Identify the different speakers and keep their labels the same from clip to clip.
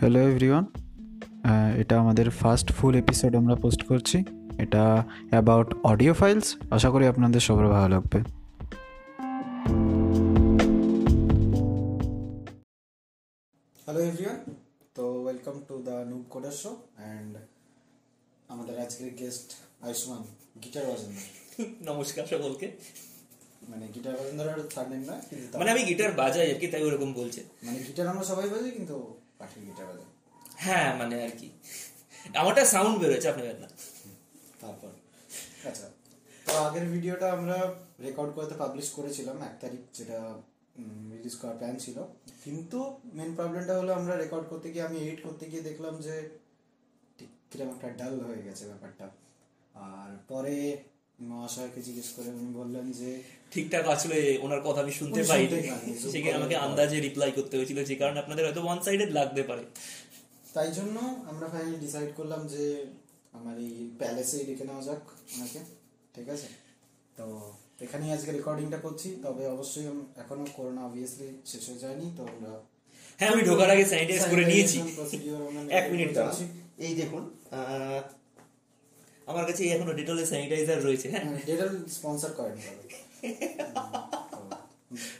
Speaker 1: Hello everyone Uh, এটা আমাদের first full episode আমরা পোস্ট করছি এটা অ্যাবাউট অডিও ফাইলস আশা করি আপনাদের সবার ভালো লাগবে হ্যালো এভরিওয়ান তো welcome to the noob coder show and আমাদের আজকের গেস্ট আয়ুষ্মান গিটার বাজেন্দ্র
Speaker 2: নমস্কার সকলকে
Speaker 1: মানে গিটার বাজেন্দ্র থার্ড নেম না কিন্তু তাও-
Speaker 2: মানে আমি গিটার বাজাই আর কি তাই ওরকম বলছে
Speaker 1: মানে গিটার আমরা সবাই বাজি কিন্তু পাঠিয়ে গিটার বাজাই
Speaker 2: হ্যাঁ মানে আর কি আমারটা সাউন্ড বেরোচ্ছে আপনাদের না
Speaker 1: তারপর আচ্ছা তো আগের ভিডিওটা আমরা রেকর্ড করতে পাবলিশ করেছিলাম এক তারিখ যেটা রিলিজ করার প্ল্যান ছিল কিন্তু মেন প্রবলেমটা হলো আমরা রেকর্ড করতে গিয়ে আমি এডিট করতে গিয়ে দেখলাম যে ঠিক কিরকম একটা ডাল হয়ে গেছে ব্যাপারটা আর পরে মহাশয়কে জিজ্ঞেস করে উনি বললেন যে
Speaker 2: ঠিকঠাক আসলে ওনার কথা আমি শুনতে
Speaker 1: উনি
Speaker 2: পাইনি
Speaker 1: শুনতে পাননি।
Speaker 2: সেখানে আমাকে আন্দাজে রিপ্লাই করতে হয়েছিল যে কারণে আপনাদের হয়তো ওয়ান সাইডেড লাগতে পারে
Speaker 1: তাই জন্য আমরা ফাইনালি ডিসাইড করলাম যে আমার এই প্যালেসেই ডেকে নেওয়া যাক ওনাকে ঠিক আছে তো এখানেই আজকে রেকর্ডিংটা করছি তবে অবশ্যই আম- এখনো করোনা অবভিয়াসলি শেষ হয়ে যায়নি তো আমরা
Speaker 2: হ্যাঁ আমি ঢোকার আগে স্যানিটাইজ করে নিয়েছি
Speaker 1: Procedure আমরা
Speaker 2: এক মিনিট
Speaker 1: করে
Speaker 2: দাঁড়ান
Speaker 1: নিয়েছি।
Speaker 2: এই দেখুন আহ, আমার কাছে এখনো ডিটলের স্যানিটাইজার রয়েছে হ্যাঁ
Speaker 1: হ্যাঁ, ডেটাল স্পন্সর করেন তাহলে।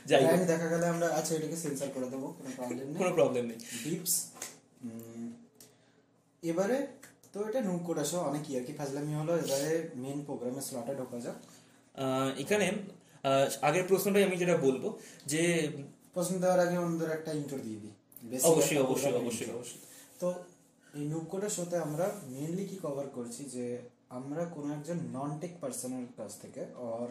Speaker 2: যাই হোক।
Speaker 1: Brand দেখা গেলে আমরা আচ্ছা এটাকে সেন্সর করে দেবো কোনো প্রবলেম নেই
Speaker 2: কোনো প্রবলেম নেই
Speaker 1: ডিপস এবারে তো এটা নৌকোটা সহ অনেক ইয়ার্কি ফাজলামি হলো এবারে মেন প্রোগ্রামে স্লটে ঢোকা যাক
Speaker 2: আহ, এখানে আহ, আগের প্রশ্নটাই আমি যেটা বলবো যে
Speaker 1: পছন্দ দেওয়ার আগে অন্যদের একটা ইন্টার দিয়ে দিই Basic
Speaker 2: অবশ্যই,
Speaker 1: একটা
Speaker 2: অবশ্যই,
Speaker 1: program
Speaker 2: অবশ্যই,
Speaker 1: intro।
Speaker 2: অবশ্যই।
Speaker 1: তো এই নুকোটা শোতে আমরা মেনলি কি কভার করছি যে আমরা কোনো একজন নন টেক পার্সনের কাছ থেকে অর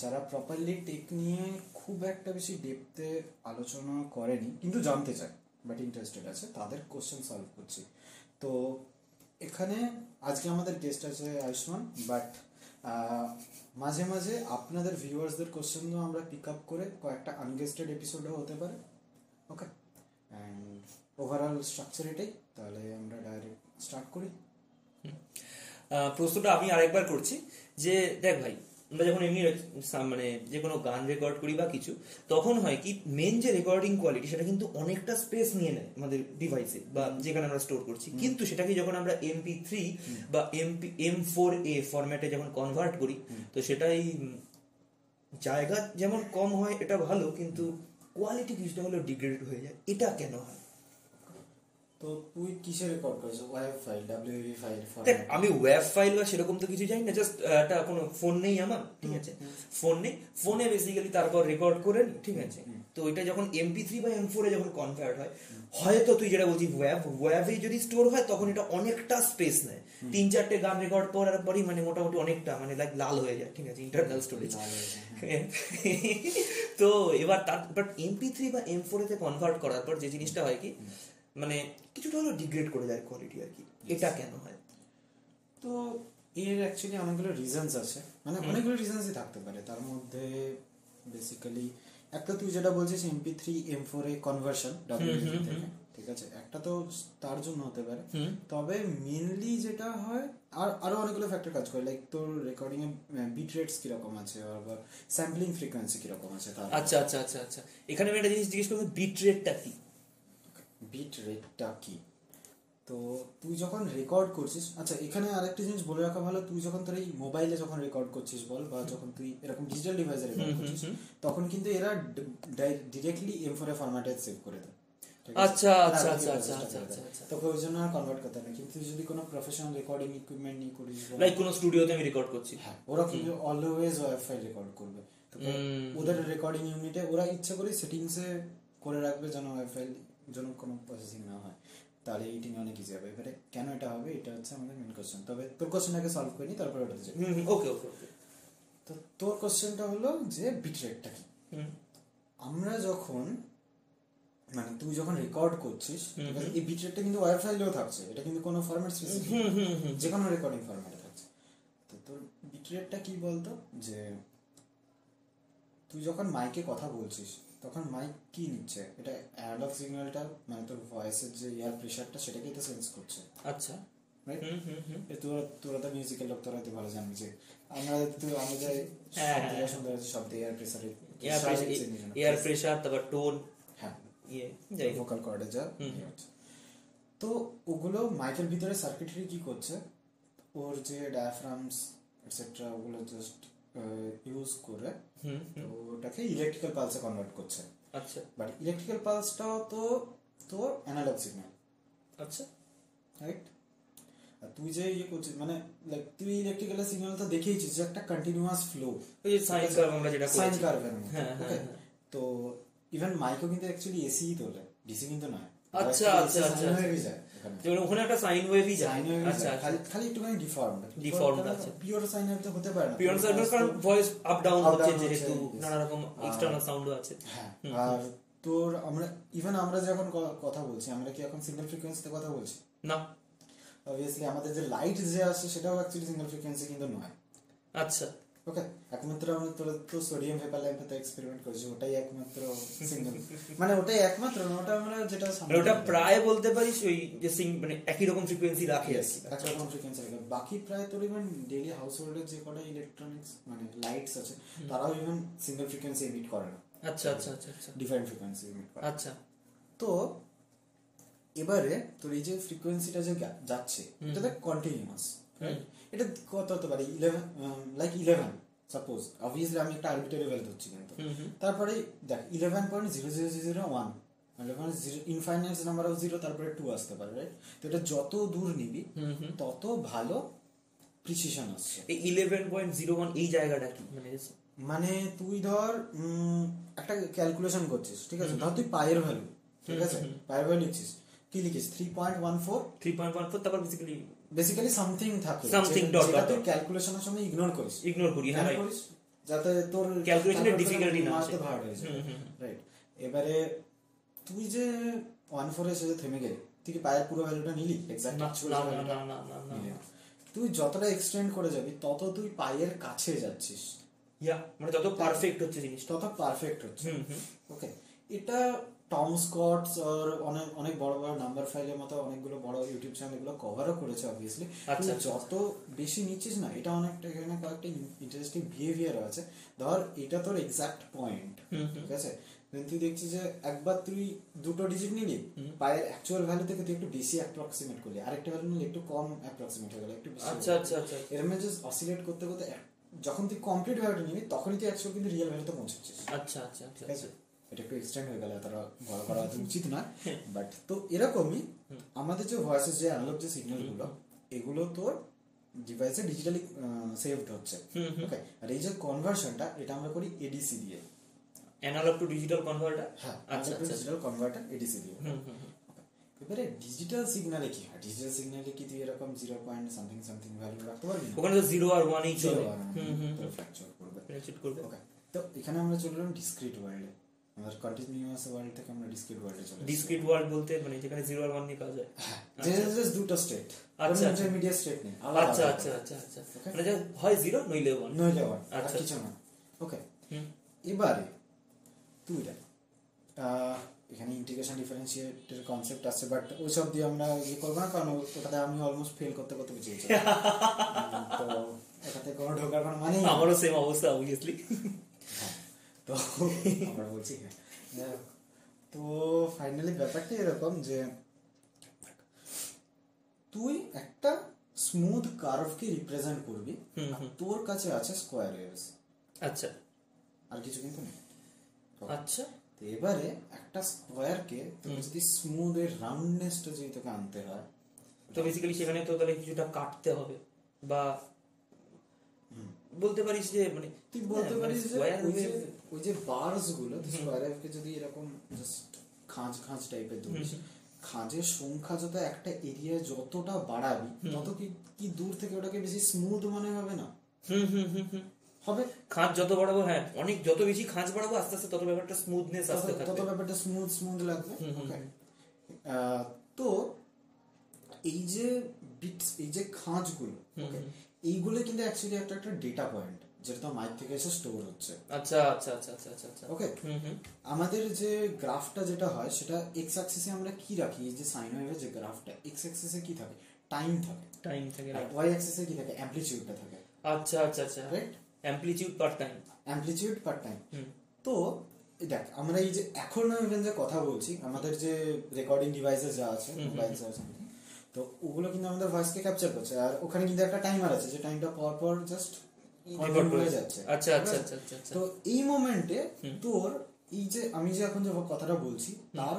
Speaker 1: যারা প্রপারলি টেক নিয়ে খুব একটা বেশি ডেপতে আলোচনা করেনি কিন্তু জানতে চায় বাট ইন্টারেস্টেড আছে তাদের কোশ্চেন সলভ করছি তো এখানে আজকে আমাদের গেস্ট আছে আয়ুষ্মান বাট মাঝে মাঝে আপনাদের ভিউয়ার্সদের কোশ্চেনও আমরা পিক আপ করে কয়েকটা আনগেস্টেড এপিসোডও হতে পারে ওকে অ্যান্ড ওভারঅল স্ট্রাকচার এটাই তাহলে আমরা ডাইরেক্ট স্টার্ট করি
Speaker 2: আহ, প্রশ্নটা আমি আরেকবার করছি যে দেখ ভাই আমরা যখন এমনি রেক- সাম- মানে যে কোনো গান রেকর্ড করি বা কিছু তখন হয় কি মেন যে রেকর্ডিং কোয়ালিটি সেটা কিন্তু অনেকটা স্পেস নিয়ে নেয় আমাদের ডিভাইসে বা যেখানে আমরা স্টোর করছি কিন্তু সেটাকে যখন আমরা এমপি থ্রি বা এমপি এম ফোর এ ফরম্যাটে যখন কনভার্ট করি তো সেটাই উম, জায়গা যেমন কম হয় এটা ভালো কিন্তু কোয়ালিটি কিছুটা হলেও ডিগ্রেড হয়ে যায় এটা কেন হয়
Speaker 1: তো তুই কিসে রেকর্ড করেছো ওয়াইফ ফাইল ডাব্লিউবি ফাইল
Speaker 2: দেখ আমি ওয়েব ফাইল বা সেরকম তো কিছু জানি না জাস্ট একটা কোনো ফোন নেই আমার ঠিক আছে ফোন নেই ফোনে বেসিক্যালি তারপর রেকর্ড করে নিই, ঠিক আছে তো ওইটা যখন এমপি থ্রি বা এম ফোরে যখন কনভার্ট হয় হয়তো তুই যেটা বলছিস ওয়েব ওয়েবে যদি স্টোর হয় তখন এটা অনেকটা স্পেস নেয় তিন চারটে গান রেকর্ড করার পরই মানে মোটামুটি অনেকটা মানে লাইক লাল হয়ে যায় ঠিক আছে ইন্টারনাল স্টোরেজ তো এবার তার বাট এমপি থ্রি বা এম ফোর কনভার্ট করার পর যে জিনিসটা হয় কি মানে কিছুটা হলেও ডিগ্রেড করে যায় কোয়ালিটি আর কি এটা কেন হয়
Speaker 1: তো এর অ্যাকচুয়ালি অনেকগুলো রিজনস আছে মানে অনেকগুলো রিজনসই থাকতে পারে তার মধ্যে বেসিক্যালি একটা তুই যেটা বলছিস এমপি থ্রি এম ফোর এ কনভার্সন ডাব্লিউবি থেকে ঠিক আছে একটা তো তার জন্য হতে পারে তবে মেনলি যেটা হয় আর আরো অনেকগুলো ফ্যাক্টর কাজ করে লাইক তোর রেকর্ডিং এ বিট রেটস কিরকম আছে আর স্যাম্পলিং ফ্রিকোয়েন্সি কিরকম আছে তার
Speaker 2: আচ্ছা আচ্ছা আচ্ছা আচ্ছা এখানে আমি একটা জিনিস জিজ্ঞেস করবো বিট রেটটা কি
Speaker 1: বিট রেটটা কি তো তুই যখন রেকর্ড করছিস আচ্ছা এখানে আরেকটা জিনিস বলে রাখা ভালো তুই যখন তোর এই মোবাইলে যখন রেকর্ড করছিস বল বা যখন তুই এরকম ডিজিটাল ডিভাইসে রেকর্ড করছিস তখন কিন্তু এরা ডিরেক্টলি এম ফোর এ ফরম্যাটে সেভ করে দেয় ঠিক আছে?
Speaker 2: আচ্ছা,
Speaker 1: আর
Speaker 2: আচ্ছা,
Speaker 1: আগে
Speaker 2: আচ্ছা,
Speaker 1: process টা
Speaker 2: আচ্ছা,
Speaker 1: করে দেয়।
Speaker 2: আচ্ছা, আচ্ছা।
Speaker 1: তোকে ওই জন্য আর কনভার্ট করতে হবে না। কিন্তু তুই যদি কোনো প্রফেশনাল রেকর্ডিং ইকুইপমেন্ট নিয়ে করিস বল,
Speaker 2: লাইক কোনো স্টুডিওতে আমি রেকর্ড করছি
Speaker 1: হ্যাঁ ওরা কিন্তু অলওয়েজ ওয়াইফাই রেকর্ড করবে তোকে ওদের রেকর্ডিং ইউনিটে ওরা ইচ্ছে করে সেটিংসে করে রাখবে যেন ওয়াইফাই যেন কোনো প্রসেসিং না হয় তাহলে এডিটিং অনেক ইজি হবে এবারে কেন এটা হবে এটা হচ্ছে আমাদের মেন কোশ্চেন তবে তোর কোশ্চেনটাকে সলভ করিনি তারপরে ওটাতে যাই
Speaker 2: ওকে ওকে ওকে
Speaker 1: তো তোর কোশ্চেনটা হলো যে বিট রেটটা কি আমরা যখন মানে তুই যখন রেকর্ড করছিস ঠিক আছে, এই বিট রেটটা কিন্তু ওয়াইফাইলেও থাকছে এটা কিন্তু কোনো ফরম্যাট স্পেসিফিক যে কোনো রেকর্ডিং ফরম্যাটে থাকছে তো তোর বিট রেটটা কি বলতো যে তুই যখন মাইকে কথা বলছিস তখন মাইক কি নিচ্ছে এটা অ্যানালগ সিগন্যালটা মানে তোর ভয়েসের যে এয়ার প্রেশারটা সেটাকেই তো সেন্স করছে
Speaker 2: আচ্ছা
Speaker 1: রাইট
Speaker 2: হুম হুম হুম
Speaker 1: এ তোরা তোরা তো মিউজিকের লোক তোরা তো ভালো জানবি যে আমরা তো আমরা যাই
Speaker 2: হ্যাঁ,
Speaker 1: সব সুন্দর আছে শব্দ এয়ার প্রেসারে
Speaker 2: এয়ার প্রেশার তারপর টোন
Speaker 1: হ্যাঁ
Speaker 2: ইয়ে যাই হোক
Speaker 1: ভোকাল কর্ডে যা তো ওগুলো মাইকের ভিতরে সার্কিটরি কি করছে ওর যে ডায়াফ্রামস এটসেট্রা ওগুলো জাস্ট ইউজ করে
Speaker 2: হুম
Speaker 1: তো ওটাকে ইলেকট্রিক্যাল পালসে কনভার্ট করছে
Speaker 2: আচ্ছা
Speaker 1: বাট ইলেকট্রিক্যাল পালসটাও তো তো অ্যানালগ সিগন্যাল
Speaker 2: আচ্ছা
Speaker 1: রাইট আর তুই যে ইয়ে করছিস মানে like, তুই ইলেকট্রিক্যাল সিগন্যাল তো দেখেইছিস যে একটা কন্টিনিউয়াস ফ্লো
Speaker 2: ওই যে সাইন কার্ভ আমরা যেটা
Speaker 1: সাইন
Speaker 2: করেছি
Speaker 1: কার্ভের
Speaker 2: হ্যাঁ, হ্যাঁ,
Speaker 1: ওকে তো ইভেন মাইকও কিন্তু অ্যাকচুয়ালি এসিই তোলে ডিসি কিন্তু নয়
Speaker 2: আচ্ছা, আচ্ছা,
Speaker 1: Sine
Speaker 2: আচ্ছা,
Speaker 1: wave-ই যায় ওখানে
Speaker 2: যে ওখানে একটা সাইন ওয়েভই যায়
Speaker 1: Sine wave-ই
Speaker 2: আচ্ছা
Speaker 1: যায়।
Speaker 2: আচ্ছা
Speaker 1: খালি খালি একটুখানি ডিফর্মড
Speaker 2: Deformed, আচ্ছা।
Speaker 1: পিওর সাইন ওয়েভ তো হতে পারে না
Speaker 2: পিওর সার্ভিস কারণ ভয়েস আপ ডাউন
Speaker 1: Up
Speaker 2: হচ্ছে
Speaker 1: down হচ্ছে,
Speaker 2: যেহেতু
Speaker 1: yes. Ah।
Speaker 2: নানা রকম এক্সটার্নাল সাউন্ডও আছে
Speaker 1: হ্যাঁ আর তোর আমরা ইভেন আমরা যে এখন ক- কথা বলছি আমরা কি এখন সিঙ্গেল ফ্রিকোয়েন্সিতে কথা বলছি
Speaker 2: না
Speaker 1: অবভিয়াসলি আমাদের যে লাইট যে আসে সেটাও অ্যাকচুয়ালি সিঙ্গেল ফ্রিকোয়েন্সি কিন্তু নয়
Speaker 2: আচ্ছা
Speaker 1: ওকে একমাত্র আমরা তোরা তো সোডিয়াম ভেপার ল্যাম্পে এক্সপেরিমেন্ট করেছি ওটাই একমাত্র সিঙ্গেল মানে ওটাই একমাত্র না ওটা আমরা যেটা
Speaker 2: মানে ওটা প্রায় বলতে পারিস ওই যে সিং মানে একই রকম ফ্রিকোয়েন্সি রাখে আর কি
Speaker 1: একরকম ফ্রিকোয়েন্সি রাখে বাকি প্রায় তোর ইভেন ডেলি হাউস হোল্ডের যে কটা ইলেকট্রনিক্স মানে লাইটস আছে তারাও ইভেন সিঙ্গেল ফ্রিকোয়েন্সি এমিট করে না
Speaker 2: আচ্ছা আচ্ছা আচ্ছা আচ্ছা
Speaker 1: ডিফারেন্ট ফ্রিকোয়েন্সি এমিট করে
Speaker 2: আচ্ছা
Speaker 1: তো এবারে তোর এই যে ফ্রিকোয়েন্সিটা যে গা- যাচ্ছে এটা দেখ কন্টিনিউয়াস এটা কত হতে পারে eleven like eleven suppose obviously আমি একটা আরবিটারি ভ্যালু ধরছি কিন্তু তারপরে দেখ eleven point zero zero zero one eleven zero infinite number of zero তারপরে টু আসতে পারে রাইট তো এটা যত দূর নিবি তত ভালো প্রিসিশন আসছে
Speaker 2: এই ইলেভেন পয়েন্ট জিরো ওয়ান এই জায়গাটা কি মানে
Speaker 1: মানে তুই ধর উম, একটা ক্যালকুলেশন করছিস ঠিক আছে ধর তুই পায়ের ভ্যালু ঠিক আছে পায়ের ভ্যালু লিখছিস কি লিখিস three point one four
Speaker 2: three point one four তারপর বেসিক্যালি
Speaker 1: বেসিক্যালি সামথিং থাকে
Speaker 2: Something
Speaker 1: যেটা-
Speaker 2: dot
Speaker 1: যেটা
Speaker 2: dot
Speaker 1: তুই
Speaker 2: dot.
Speaker 1: ক্যালকুলেশনের সময় ইগনোর করিস
Speaker 2: ইগনোর করি হ্যাঁ
Speaker 1: Ignore
Speaker 2: right.
Speaker 1: করিস, যাতে তোর
Speaker 2: Calculation এর
Speaker 1: calculation
Speaker 2: difficulty না
Speaker 1: মারতে
Speaker 2: আসে।
Speaker 1: hard হয়ে যায় রাইট এবারে তুই যে ওয়ান ফোর এসে যে থেমে গেলি তুই কি পায়ের পুরো ভ্যালুটা নিলি এক্সাক্ট
Speaker 2: না না না না না না না
Speaker 1: তুই যতটা এক্সটেন্ড করে যাবি তত তুই পায়ের কাছে যাচ্ছিস
Speaker 2: ইয়া মানে যত পারফেক্ট হচ্ছে জিনিসটা
Speaker 1: তত পারফেক্ট হচ্ছে
Speaker 2: হুম হুম
Speaker 1: ওকে এটা টম স্কটস আর অনেক অনেক বড় বড় নাম্বার ফাইলের মতো অনেকগুলো বড় ইউটিউব চ্যানেলগুলো কভারও করেছে অবভিয়াসলি
Speaker 2: আচ্ছা, আচ্ছা।
Speaker 1: যত বেশি নিচ্ছিস না এটা অনেকটা এখানে কয়েকটা ইন্টারেস্টিং বিহেভিয়ার আছে ধর এটা তোর এক্সাক্ট পয়েন্ট ঠিক আছে Then তুই দেখছিস যে একবার তুই দুটো ডিজিট নিলি পায়ের অ্যাকচুয়াল ভ্যালু থেকে তুই একটু বেশি অ্যাপ্রক্সিমেট করলি আরেকটা ভ্যালু নিলে একটু কম অ্যাপ্রক্সিমেট হয়ে গেল একটু বেশি
Speaker 2: আচ্ছা আচ্ছা আচ্ছা
Speaker 1: এরম জাস্ট অসিলেট করতে করতে এক- যখন তুই কমপ্লিট ভ্যালুটা নিবি তখনই তুই অ্যাকচুয়াল কিন্তু রিয়েল ভ্যালুতে পৌঁছাচ্ছিস
Speaker 2: আচ্ছা আচ্ছা আচ্ছা
Speaker 1: ঠিক আছে এটা একটু এক্সটেন্ড হয়ে গেল তারা বড় করা হয়তো উচিত না বাট তো এরকমই আমাদের যে ভয়েসের যে অ্যানালগ যে সিগন্যালগুলো এগুলো তোর ডিভাইসে ডিজিটালি সেভড হচ্ছে ওকে আর এই যে কনভার্সনটা এটা আমরা করি এডিসি দিয়ে
Speaker 2: অ্যানালগ টু ডিজিটাল কনভার্টার
Speaker 1: হ্যাঁ
Speaker 2: আচ্ছা আচ্ছা
Speaker 1: ডিজিটাল কনভার্টার এডিসি দিয়ে
Speaker 2: হুম হুম হুম।
Speaker 1: এবারে ডিজিটাল সিগন্যালে কি হয় ডিজিটাল সিগন্যালে কি তুই এরকম zero point something something value রাখতে পারবি না
Speaker 2: ওখানে তো জিরো আর ওয়ান এই চলে হুম হুম
Speaker 1: ফ্র্যাকচার করবে
Speaker 2: penetrate করবে
Speaker 1: ওকে তো এখানে আমরা চললাম ডিসক্রিট ওয়ার্ল্ডে আমাদের কন্টিনিউয়াস ওয়ার্ল্ড থেকে আমরা ডিসক্রিট ওয়ার্ল্ডে চলে এসেছি।
Speaker 2: ডিসক্রিট ওয়ার্ল্ড বলতে মানে যেখানে জিরো আর ওয়ান নিয়ে কাজ হয়
Speaker 1: জেনারেল জাস্ট দুটো স্টেট
Speaker 2: আচ্ছা, আচ্ছা।
Speaker 1: মিডিয়া স্টেট নেই
Speaker 2: আচ্ছা আচ্ছা আচ্ছা আচ্ছা
Speaker 1: Okay.
Speaker 2: মানে যা হয় জিরো নইলে ওয়ান
Speaker 1: নইলে আবার আর
Speaker 2: আচ্ছা।
Speaker 1: কিছু না ওকে এবারে তুই দেখ আহ, এখানে ইন্টিগ্রেশন ডিফারেন্সিয়েটের কনসেপ্ট আছে বাট ওইসব দিয়ে আমরা ইয়ে করবো না কারণ ওটাতে আমি অলমোস্ট ফেল করতে করতে বেঁচে গেছি উম, তো ওটাতে কোনো ঢোকার কোনো মানেই নেই।
Speaker 2: আমারও সেম অবস্থা অবভিয়াসলি
Speaker 1: তো আমরা বলছি হ্যাঁ। যাই হোক, তো ফাইনালি ব্যাপারটা এরকম যে তুই একটা স্মুথ কার্ভকে রিপ্রেজেন্ট করবি
Speaker 2: হুম,
Speaker 1: আর তোর কাছে আছে স্কোয়ার ওয়েভস
Speaker 2: আচ্ছা
Speaker 1: আর কিছু কিন্তু নেই
Speaker 2: আচ্ছা
Speaker 1: তো এবারে একটা স্কোয়ারকে তুমি যদি স্মুথ এর রাউন্ডনেসটা যদি তোকে আনতে হয়
Speaker 2: তো বেসিক্যালি সেখানে তো তাহলে কিছুটা কাটতে হবে বা বলতে পারিস যে মানে
Speaker 1: তুই বলতে
Speaker 2: হ্যাঁ, মানে
Speaker 1: পারিস যে
Speaker 2: square
Speaker 1: ওই যে
Speaker 2: wave-
Speaker 1: ওই যে বার্স গুলো স্কোয়ার ওয়েভকে যদি এরকম জাস্ট খাঁজ খাঁজ টাইপের ধরিস খাঁজের সংখ্যা যত একটা এরিয়া যতটা বাড়াবি তত কি কি দূর থেকে ওটাকে বেশি স্মুথ মনে হবে না
Speaker 2: হুম হুম হুম হুম
Speaker 1: হবে
Speaker 2: খাঁজ যত বাড়াবো হ্যাঁ অনেক যত বেশি খাঁজ বাড়াবো আস্তে আস্তে তত ব্যাপারটা স্মুথনেস আসতে
Speaker 1: তত- তত
Speaker 2: থাকবে
Speaker 1: ব্যাপারটা স্মুথ স্মুথ লাগবে Okay. আহ, তো এই যে বিটস এই যে খাঁজগুলো ওকে এইগুলো কিন্তু অ্যাকচুয়ালি একটা একটা ডেটা পয়েন্ট যেটা তো মাইক থেকে এসে স্টোর হচ্ছে
Speaker 2: আচ্ছা আচ্ছা আচ্ছা আচ্ছা আচ্ছা আচ্ছা
Speaker 1: ওকে
Speaker 2: হুম হুম
Speaker 1: আমাদের যে গ্রাফটা যেটা হয় সেটা এক্স অ্যাক্সিসে আমরা কি রাখি এই যে সাইন ওয়েভের যে গ্রাফটা এক্স অ্যাক্সিসে কি থাকে টাইম থাকে
Speaker 2: টাইম থেকে
Speaker 1: আর
Speaker 2: right.
Speaker 1: ওয়াই অ্যাক্সিসে কি থাকে অ্যাম্পলিচিউডটা থাকে
Speaker 2: হ্যাঁ। আচ্ছা আচ্ছা আচ্ছা
Speaker 1: right
Speaker 2: amplitude per time Mm.
Speaker 1: Amplitude per time
Speaker 2: হুম
Speaker 1: তো দেখ আমরা এই যে এখন even যে কথা বলছি আমাদের যে রেকর্ডিং ডিভাইসেস যা আছে
Speaker 2: Mm-hmm.
Speaker 1: মোবাইল তো ওগুলো কিন্তু আমাদের ভয়েসকে ক্যাপচার করছে আর ওখানে কিন্তু একটা টাইমার আছে যে টাইমটা পর পর জাস্ট
Speaker 2: Record করে।
Speaker 1: হয়ে যাচ্ছে
Speaker 2: আচ্ছা, আচ্ছা, আচ্ছা, আচ্ছা, আচ্ছা।
Speaker 1: তো এই মোমেন্টে তোর এই যে আমি যে এখন যে কথাটা বলছি তার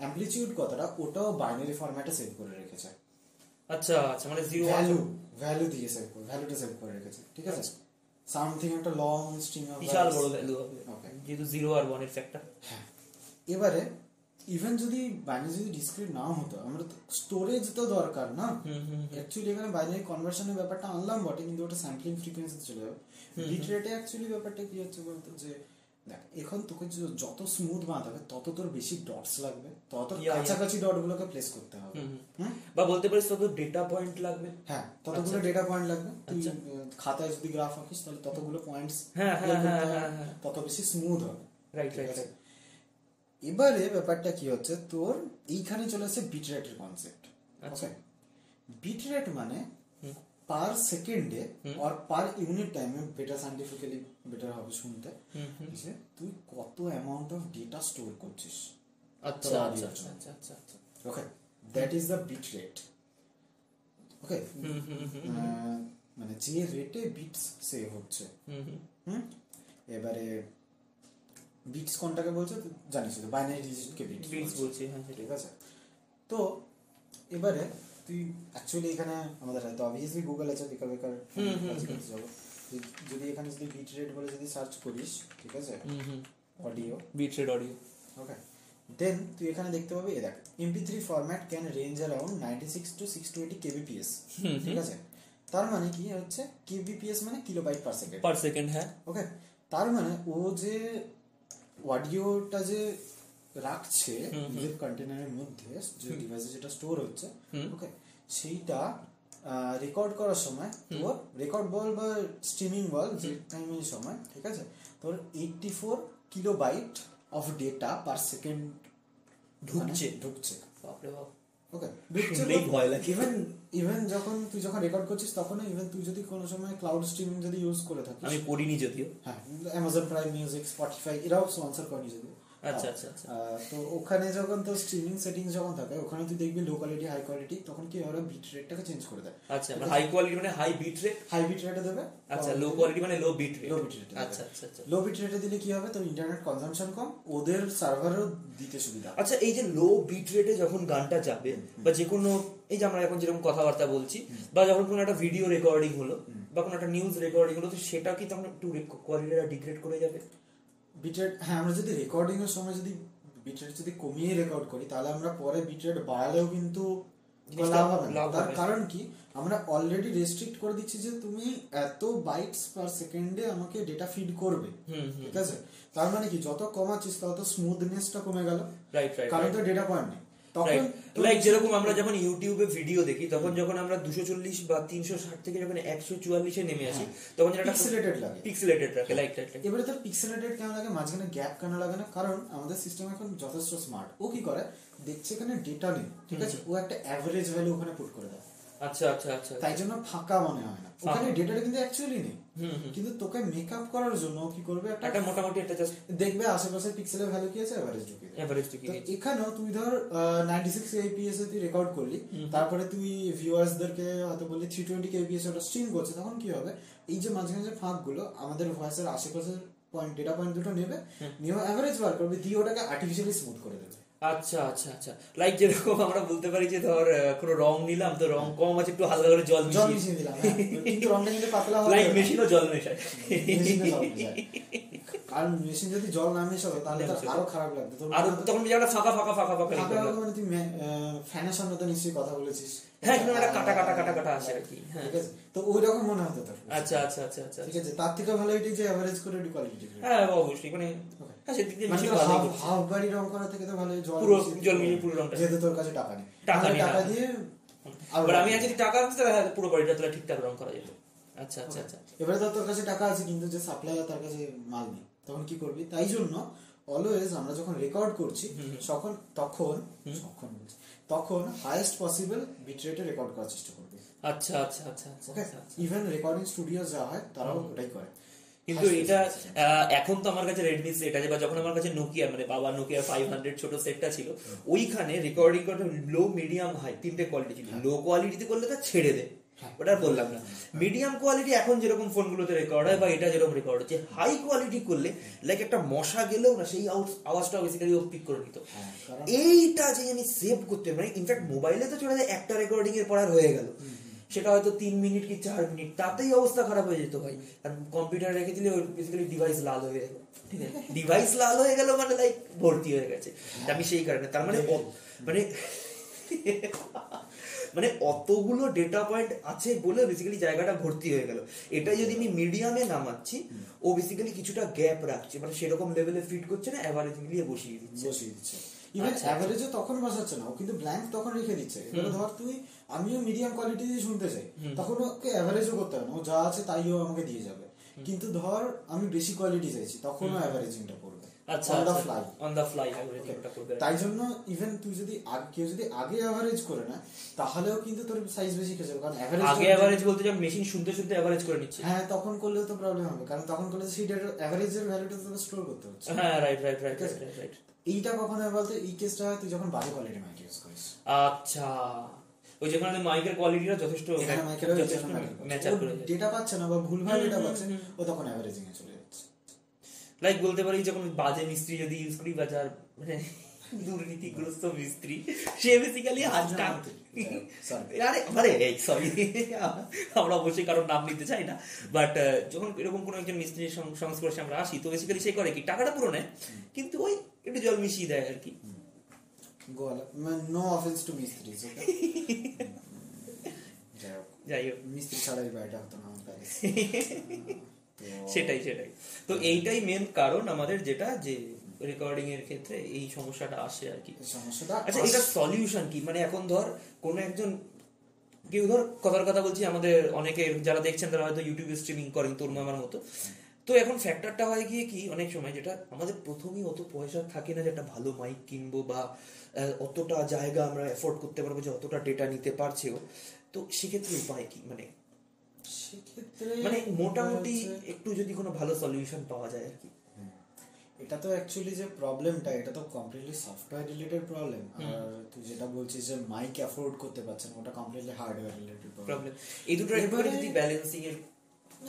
Speaker 1: অ্যাম্পলিচিউড কথাটা ওটাও বাইনারি ফরম্যাটে সেভ করে রেখেছে
Speaker 2: আচ্ছা আচ্ছা মানে জিরো
Speaker 1: ভ্যালু ভ্যালু দিয়ে সেভ করে ভ্যালুটা সেভ করে রেখেছে ঠিক আছে সামথিং একটা লং স্ট্রিং
Speaker 2: বিশাল বড় ভ্যালু হবে
Speaker 1: Okay.
Speaker 2: যেহেতু জিরো আর ওয়ানের ফ্যাক্টর
Speaker 1: হ্যাঁ। এবারে ইভেন যদি বাইনারি যদি ডিসক্রিট না হতো আমরা স্টোরেজ তো দরকার না অ্যাকচুয়ালি এখানে বাইনারি কনভার্সনের ব্যাপারটা আনলাম বটে কিন্তু ওটা স্যাম্পলিং ফ্রিকোয়েন্সিতে চলে যাবে বিট রেটে অ্যাকচুয়ালি ব্যাপারটা কি হচ্ছে বলতো যে দেখ এখন তোকে য- যত স্মুথ বানাতে হবে তত তোর বেশি ডটস লাগবে তত
Speaker 2: Yeah, yeah.
Speaker 1: কাছাকাছি ডটগুলোকে প্লেস করতে হবে হুম?
Speaker 2: বা বলতে পারিস তত ডেটা পয়েন্ট লাগবে
Speaker 1: হ্যাঁ ততগুলো
Speaker 2: আচ্ছা।
Speaker 1: ডেটা পয়েন্ট লাগবে তুই আহ, খাতায় যদি গ্রাফ আঁকিস তাহলে ততগুলো পয়েন্টস
Speaker 2: হ্যাঁ, হ্যাঁ, হ্যাঁ, হ্যাঁ, হ্যাঁ।
Speaker 1: তত বেশি স্মুথ হবে
Speaker 2: রাইট
Speaker 1: ঠিক
Speaker 2: রাইট
Speaker 1: আছে? এবারে ব্যাপারটা কি হচ্ছে তোর এইখানে চলে আসে বিট রেটের কনসেপ্ট
Speaker 2: আচ্ছা।
Speaker 1: বিট রেট মানে পার সেকেন্ডে আর পার ইউনিট টাইমে বেটার সাইন্টিফিক্যালি বেটার হবে শুনতে যে তুই কত অ্যামাউন্ট অফ ডেটা স্টোর করছিস
Speaker 2: আচ্ছা আচ্ছা আচ্ছা আচ্ছা আচ্ছা আচ্ছা।
Speaker 1: Okay that is the bit rate okay মানে যে রেটে বিটস সেভ হচ্ছে
Speaker 2: হুম, হুম।
Speaker 1: হুম? এবারে বিটস কোনটাকে বলছে তুই জানিস তো বাইনারি ডিজিটকে বিট
Speaker 2: Bits বলছি হ্যাঁ সেটাই।
Speaker 1: ঠিক আছে তো এবারে তুই অ্যাকচুয়ালি এখানে আমাদের হয়তো অবভিয়াসলি গুগল আছে বেকার বেকার কাজ করতে যাবো যদি- যদি এখানে যদি বিট রেট বলে যদি সার্চ করিস ঠিক আছে
Speaker 2: হুম হুম
Speaker 1: audio
Speaker 2: bit rate audio
Speaker 1: okay then তুই এখানে দেখতে পাবি এ দেখ MP three format can range around ninety six to six two eighty kbps ঠিক আছে তার মানে কি হচ্ছে কেবিপিএস মানে kilobyte per second
Speaker 2: per second হ্যাঁ
Speaker 1: ওকে তার মানে ও যে অডিওটা যে রাখছে নিজের কন্টেনারের মধ্যে যে ডিভাইসে যেটা স্টোর হচ্ছে ওকে সেইটা রেকর্ড করার সময় তোর রেকর্ড বল বা স্ট্রিমিং বল যে টাইমের সময় ঠিক আছে তোর eighty four kilobyte of data per second
Speaker 2: ঢুকছে।
Speaker 1: মানে ঢুকছে
Speaker 2: মানে? বাপরে বাপ
Speaker 1: ওকে
Speaker 2: শুনলেই ভয় লাগে।
Speaker 1: ইভেন ইভেন যখন তুই যখন রেকর্ড করছিস তখন ইভেন তুই যদি কোনো সময় ক্লাউড স্ট্রিমিং যদি ইউজ করে থাকিস
Speaker 2: আমি পড়িনি যদিও
Speaker 1: হ্যাঁ অ্যামাজন প্রাইম মিউজিক স্পটিফাই এরাও স্পন্সর করে যদি
Speaker 2: আচ্ছা, আচ্ছা, আচ্ছা।
Speaker 1: আহ, তো ওখানে যখন তো স্ট্রিমিং সেটিংস যখন থাকে ওখানে তুই দেখবি লো কোয়ালিটি হাই কোয়ালিটি তখন কি ওরা বিট রেটটাকে চেঞ্জ করে দেয়
Speaker 2: আচ্ছা মানে হাই কোয়ালিটি মানে high bit rate
Speaker 1: high bit রেটে দেবে
Speaker 2: আচ্ছা লো কোয়ালিটি মানে low bit rate
Speaker 1: low bit রেটে
Speaker 2: আচ্ছা আচ্ছা আচ্ছা
Speaker 1: লো বিট রেটে দিলে কি হবে তোর ইন্টারনেট কনজাম্পশন কম ওদের সার্ভারও দিতে সুবিধা
Speaker 2: আচ্ছা এই যে লো বিট রেটে যখন গানটা যাবে বা যে কোনো এই যে আমরা এখন যেরকম কথাবার্তা বলছি বা যখন কোনো একটা ভিডিও রেকর্ডিং হলো বা কোনো একটা নিউজ রেকর্ডিং হলো তো সেটা কি তখন একটু কোয়ালিটিটা ডিগ্রেড করে যাবে
Speaker 1: বিট রেট হ্যাঁ আমরা যদি রেকর্ডিং এর সময় যদি বিট রেট যদি কমিয়ে রেকর্ড করি তাহলে আমরা পরে বিট রেট বাড়ালেও কিন্তু
Speaker 2: জিনিসটা
Speaker 1: লাভ হবে না।
Speaker 2: লাভ
Speaker 1: তার
Speaker 2: হবে।
Speaker 1: কারণ কি আমরা অলরেডি রেস্ট্রিক্ট করে দিচ্ছি যে তুমি এত বাইটস পার সেকেন্ডে আমাকে ডেটা ফিড করবে ঠিক আছে তার মানে কি যত কমাচ্ছিস তত স্মুথনেসটা কমে গেল
Speaker 2: রাইট রাইট
Speaker 1: কারণ তো ডেটা পয়েন্ট নেই তখন হ্যাঁ।
Speaker 2: রাইট লাইক যেরকম আমরা যখন ইউটিউবে ভিডিও দেখি তখন যখন আমরা দুশো চল্লিশ বা তিনশো ষাট থেকে যখন একশো চুয়াল্লিশে নেমে আসি তখন যেটা
Speaker 1: হ্যাঁ। Pixelated লাগে।
Speaker 2: পিক্সেলেটেড রাখে লাইক রাইট
Speaker 1: এবারে তার পিক্সেলেটেড কেন লাগে মাঝখানে গ্যাপ কেন লাগে না কারণ আমাদের সিস্টেম এখন যথেষ্ট স্মার্ট ও কি করে দেখছে এখানে ডেটা নেই ঠিক আছে ও একটা অ্যাভারেজ ভ্যালু ওখানে পুট করে দেয়
Speaker 2: আচ্ছা আচ্ছা আচ্ছা
Speaker 1: তাই জন্য ফাঁকা মনে হয় না ওখানে ডেটাটা কিন্তু অ্যাকচুয়ালি নেই কিন্তু তোকে মেকআপ করার জন্য ও কি করবে একটা
Speaker 2: একটা মোটামুটি একটা জাস্ট
Speaker 1: দেখবে আশেপাশে পিক্সেলের ভ্যালু কি আছে এভারেজ ঢুকিয়ে দেবে।
Speaker 2: এভারেজ কি
Speaker 1: তো এখানেও তুই ধর নাইনটি সিক্স এপিএস তুই রেকর্ড করলি তারপরে তুই ভিউয়ার্সদেরকে হয়তো বললি থ্রি টোয়েন্টি কেপিএস ওটা স্ট্রিম করছে তখন কি হবে এই যে মাঝখানে যে ফাঁকগুলো আমাদের ভয়েসের আশেপাশের পয়েন্ট ডেটা পয়েন্ট দুটো নেবে নিয়ে অ্যাভারেজ বার করবে দিয়ে ওটাকে আর্টিফিশিয়ালি স্মুথ করে দেবে
Speaker 2: আচ্ছা আচ্ছা আচ্ছা লাইক যেরকম আমরা বলতে পারি যে ধর আহ, কোনো রং নিলাম তো রং কম আছে একটু হালকা করে জল
Speaker 1: জল
Speaker 2: মিশিয়ে
Speaker 1: মিশিয়ে দিলাম হ্যাঁ। কিন্তু রংটা কিন্তু পাতলা হবে
Speaker 2: লাইক
Speaker 1: না।
Speaker 2: মেশিনও জল মেশায়
Speaker 1: মেশিনে জল মেশায়। কারণ মেশিন যদি জল না মেশাতো তাহলে তো আরো খারাপ লাগতো তোর
Speaker 2: আর তখন যে একটা ফাঁকা ফাঁকা ফাঁকা ফাঁকা
Speaker 1: ফাঁকা
Speaker 2: লিখতে হবে।
Speaker 1: ফাঁকা মানে তুই মে- আহ, ফ্যানের সামনে তো নিশ্চয়ই কথা বলেছিস
Speaker 2: হ্যাঁ কিন্তু একটা কাটা কাটা কাটা কাটা আসে আর কি হ্যাঁ
Speaker 1: ঠিক আছে তো ওই রকম মনে হতো তোর
Speaker 2: আচ্ছা আচ্ছা আচ্ছা আচ্ছা
Speaker 1: ঠিক আছে তার থেকে ভালো এটি যে অ্যাভারেজ করে একটু কোয়ালিটি
Speaker 2: হ্যাঁ অবশ্যই মানে হ্যাঁ সেদিক দিয়ে
Speaker 1: মানে
Speaker 2: বেশি
Speaker 1: তোর
Speaker 2: ভালোই
Speaker 1: হাফ-
Speaker 2: করছে।
Speaker 1: হাফ বাড়ি রং করা থেকে তো ভালো জল
Speaker 2: পুরো
Speaker 1: মিশিয়ে-
Speaker 2: জল মিশিয়ে পুরো রংটা।
Speaker 1: যেহেতু তোর কাছে টাকা নেই
Speaker 2: টাকা
Speaker 1: নাহলে
Speaker 2: নেই,
Speaker 1: টাকা
Speaker 2: হ্যাঁ।
Speaker 1: দিয়ে আরো
Speaker 2: আবার আমি
Speaker 1: রং
Speaker 2: আর যদি টাকা আনতে তাহলে হ্যাঁ, পুরো বাড়িটা তাহলে ঠিকঠাক রং করা যেত আচ্ছা আচ্ছা আচ্ছা
Speaker 1: এবারে ধর তোর কাছে টাকা আছে কিন্তু যে সাপ্লায়ার তার কাছে মাল নেই তখন কি করবি তাই জন্য অলওয়েজ আমরা যখন রেকর্ড করছি তখন তখন তখন বলছি, তখন হাইয়েস্ট পসিবল বিট রেটে রেকর্ড করার চেষ্টা করবি
Speaker 2: আচ্ছা আচ্ছা আচ্ছা আচ্ছা
Speaker 1: ওকে
Speaker 2: আচ্ছা
Speaker 1: ইভেন রেকর্ডিং স্টুডিও যা হয় তারাও ওটাই করে
Speaker 2: কিন্তু এটা আহ, এখন তো আমার কাছে রেডমি সেট আছে বা যখন আমার কাছে নোকিয়া মানে বাবা নোকিয়া ফাইভ হান্ড্রেড ছোট সেটটা ছিল ওইখানে রেকর্ডিং করতে লো মিডিয়াম হাই তিনটে কোয়ালিটি ছিল লো কোয়ালিটিতে করলে তা ছেড়ে দে ওটা আর বললাম না মিডিয়াম কোয়ালিটি এখন যেরকম ফোনগুলোতে রেকর্ড হয় বা এটা যেরকম রেকর্ড হচ্ছে হাই কোয়ালিটি করলে লাইক একটা মশা গেলেও না সেই আউট আওয়াজটা বেসিক্যালি ও পিক করে নিত এইটা যে আমি সেভ করতে পারি ইনফ্যাক্ট মোবাইলে তো চলে যায় একটা রেকর্ডিং এর পর আর হয়ে গেল সেটা হয়তো তিন মিনিট কি চার মিনিট তাতেই অবস্থা খারাপ হয়ে যেত ভাই কারণ কম্পিউটার রেখে দিলে বেসিক্যালি ডিভাইস লাল হয়ে গেল ঠিক আছে ডিভাইস লাল হয়ে গেল মানে লাইক ভর্তি হয়ে গেছে তা আমি সেই কারণে তার মানে অ- মানে মানে অতগুলো ডেটা পয়েন্ট আছে বলে বেসিক্যালি জায়গাটা ভর্তি হয়ে গেল এটা যদি আমি মিডিয়ামে নামাচ্ছি ও বেসিক্যালি কিছুটা গ্যাপ রাখছে মানে সেরকম লেভেলে ফিট করছে না অ্যাভারেজ মিলিয়ে বসিয়ে দিচ্ছে
Speaker 1: বসিয়ে দিচ্ছে ইভেন
Speaker 2: আচ্ছা।
Speaker 1: অ্যাভারেজে তখন বসাচ্ছে না ও কিন্তু ব্ল্যাঙ্ক তখন রেখে দিচ্ছে এবার ধর তুই আমিও মিডিয়াম কোয়ালিটি দিয়ে শুনতে চাই তখন ওকে অ্যাভারেজও করতে হবে না ও যা আছে তাইও আমাকে দিয়ে যাবে কিন্তু ধর আমি বেশি কোয়ালিটি চাইছি তখনও অ্যাভারেজিংটা করবে
Speaker 2: আচ্ছা
Speaker 1: On the fly।
Speaker 2: On the fly অ্যালগরিদমটা হ্যাঁ, করবে
Speaker 1: তাই জন্য ইভেন তুই যদি আগ- কেউ যদি আগে অ্যাভারেজ করে না তাহলেও কিন্তু তোর সাইজ বেশি খেয়ে যাবে কারণ অ্যাভারেজ
Speaker 2: আগে অ্যাভারেজ বলতে যখন মেশিন শুনতে শুনতে অ্যাভারেজ করে নিচ্ছে
Speaker 1: হ্যাঁ তখন করলেও তো প্রবলেম হবে কারণ তখন করলে তো সেই ডেটা অ্যাভারেজের ভ্যালুটা তোকে স্টোর করতে হচ্ছে
Speaker 2: হ্যাঁ রাইট রাইট রাইট
Speaker 1: আচ্ছা। ঠিক আছে।
Speaker 2: রাইট রাইট
Speaker 1: এইটা কখন হয় বলতো এই কেসটা হয় তুই যখন বাজে কোয়ালিটি মাইক ইউজ করিস
Speaker 2: আচ্ছা ওই যেখানে মাইকের কোয়ালিটিটা যথেষ্ট
Speaker 1: এখানে হ্যাঁ, মাইকেল ওয়েলস,
Speaker 2: যথেষ্ট
Speaker 1: এখানে মাইকেল ওয়েলস।
Speaker 2: ম্যাচ আপ করে
Speaker 1: ও ডেটা পাচ্ছে না বা ভুলভাল ডেটা পাচ্ছে ও তখন অ্যাভারেজিং এ চলে যাচ্ছে
Speaker 2: লাইক বলতে পারি যখন বাজে মিস্ত্রি যদি ইউজ করি বা যার মানে দুর্নীতিগ্রস্ত মিস্ত্রি সে বেসিক্যালি হাত টান-
Speaker 1: Sorry.
Speaker 2: আরে আরে সরি আমরা অবশ্যই কারোর নাম নিতে চাই না বাট যখন এরকম কোনো একজন মিস্ত্রির সং- সংস্পর্শে আমরা আসি তো বেসিক্যালি সে করে কি টাকাটা পুরো নেয় কিন্তু ওই একটু জল মিশিয়ে দেয় আর কি
Speaker 1: গোয়ালা নো অফেন্স টু মিস্ত্রিজ ওকে যাই হোক
Speaker 2: যাই হোক
Speaker 1: মিস্ত্রি ছাড়াই বাড়িটা হতো না আমার প্যালেস
Speaker 2: সেটাই সেটাই তো এইটাই মেন কারণ আমাদের যেটা যে রেকর্ডিং এর ক্ষেত্রে এই সমস্যাটা আসে আর কি
Speaker 1: সমস্যাটা
Speaker 2: আচ্ছা এটা সলিউশন কি মানে এখন ধর কোন একজন কেউ ধর কথার কথা বলছি আমাদের অনেকে যারা দেখছেন তারা হয়তো ইউটিউবে স্ট্রিমিং করেন তোর মামার মতো তো এখন ফ্যাক্টরটা হয়ে গিয়ে কি অনেক সময় যেটা আমাদের প্রথমেই অত পয়সা থাকে না যে একটা ভালো মাইক কিনবো বা আহ, অতটা জায়গা আমরা এফোর্ড করতে পারবো যে অতটা ডেটা নিতে পারছেও তো সেক্ষেত্রে উপায় কি মানে
Speaker 1: সেক্ষেত্রে
Speaker 2: মানে মোটামুটি একটু যদি কোনো ভালো সলিউশন পাওয়া যায় আর কি
Speaker 1: এটা তো অ্যাকচুয়ালি যে প্রবলেমটা এটা তো কমপ্লিটলি সফটওয়্যার রিলেটেড প্রবলেম আর তুই যেটা বলছিস যে মাইক অ্যাফোর্ড করতে পারছেন ওটা completely hardware related problem
Speaker 2: problem এই দুটো একবারে যদি ব্যালেন্সিং এর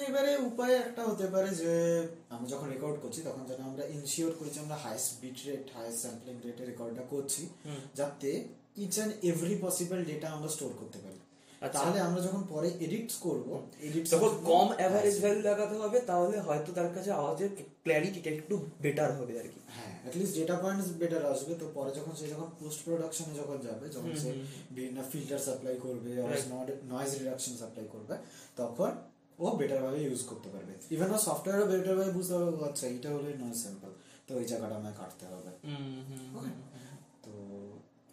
Speaker 1: এবারে উপায় একটা হতে পারে যে আমরা যখন রেকর্ড করছি তখন যেন আমরা ইনশিওর করেছি আমরা highest bit rate highest sampling রেটে রেকর্ডটা করছি যাতে each and every possible data আমরা স্টোর করতে পারি
Speaker 2: আচ্ছা।
Speaker 1: তাহলে আমরা যখন পরে এডিট করব এডিট
Speaker 2: তখন কম
Speaker 1: হ্যাঁ,
Speaker 2: অ্যাভারেজ ভ্যালু লাগাতে হবে তাহলে হয়তো তার কাছে আওয়াজের ক্ল্যারিটিটা একটু বেটার হবে আর কি
Speaker 1: হ্যাঁ অ্যাটলিস্ট ডেটা পয়েন্টস বেটার আসবে তো পরে যখন সে যখন পোস্ট প্রোডাকশনে যখন যাবে যখন সে বিভিন্ন ফিল্টার সাপ্লাই করবে নয়েজ রিডাকশন সাপ্লাই করবে তখন ও বেটার ভাবে ইউজ করতে পারবে ইভেন ও সফটওয়্যারও বেটার ভাবে বুঝতে পারবে ও আচ্ছা এটা হলো নয়েজ স্যাম্পল তো এই জায়গাটা আমায় কাটতে হবে
Speaker 2: Mm-hmm.
Speaker 1: Okay? তো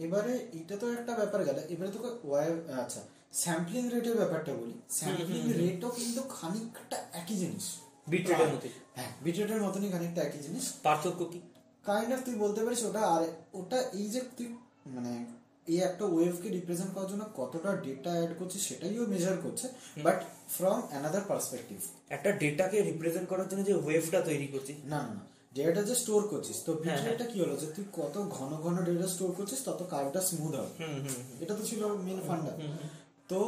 Speaker 1: এবারে এটা তো একটা ব্যাপার গেল এবারে তোকে ওয়াই- আচ্ছা স্যাম্পলিং রেটের ব্যাপারটা বলি স্যাম্পলিং রেটও কিন্তু খানিকটা একই জিনিস
Speaker 2: বিট রেটের মতো
Speaker 1: হ্যাঁ বিট রেটের মতনই খানিকটা একই জিনিস
Speaker 2: পার্থক্য কি
Speaker 1: কাইন্ড অফ তুই বলতে পারিস ওটা আর ওটা এই যে তুই মানে এই একটা ওয়েভকে রিপ্রেজেন্ট করার জন্য কতটা ডেটা অ্যাড করছে সেটাইও মেজার করছে বাট ফ্রম অ্যানাদার পার্সপেক্টিভ
Speaker 2: একটা ডেটাকে রিপ্রেজেন্ট করার জন্য যে ওয়েভটা তৈরি করছি
Speaker 1: না না না ডেটা যে স্টোর করছিস তো
Speaker 2: হ্যাঁ, হ্যাঁ।
Speaker 1: ভিডিওটা কি হলো যে তুই কত ঘন ঘন ডেটা স্টোর করছিস তত কার্ভটা স্মুথ হবে
Speaker 2: হুম হুম
Speaker 1: এটা তো ছিল মেন ফান্ডা তো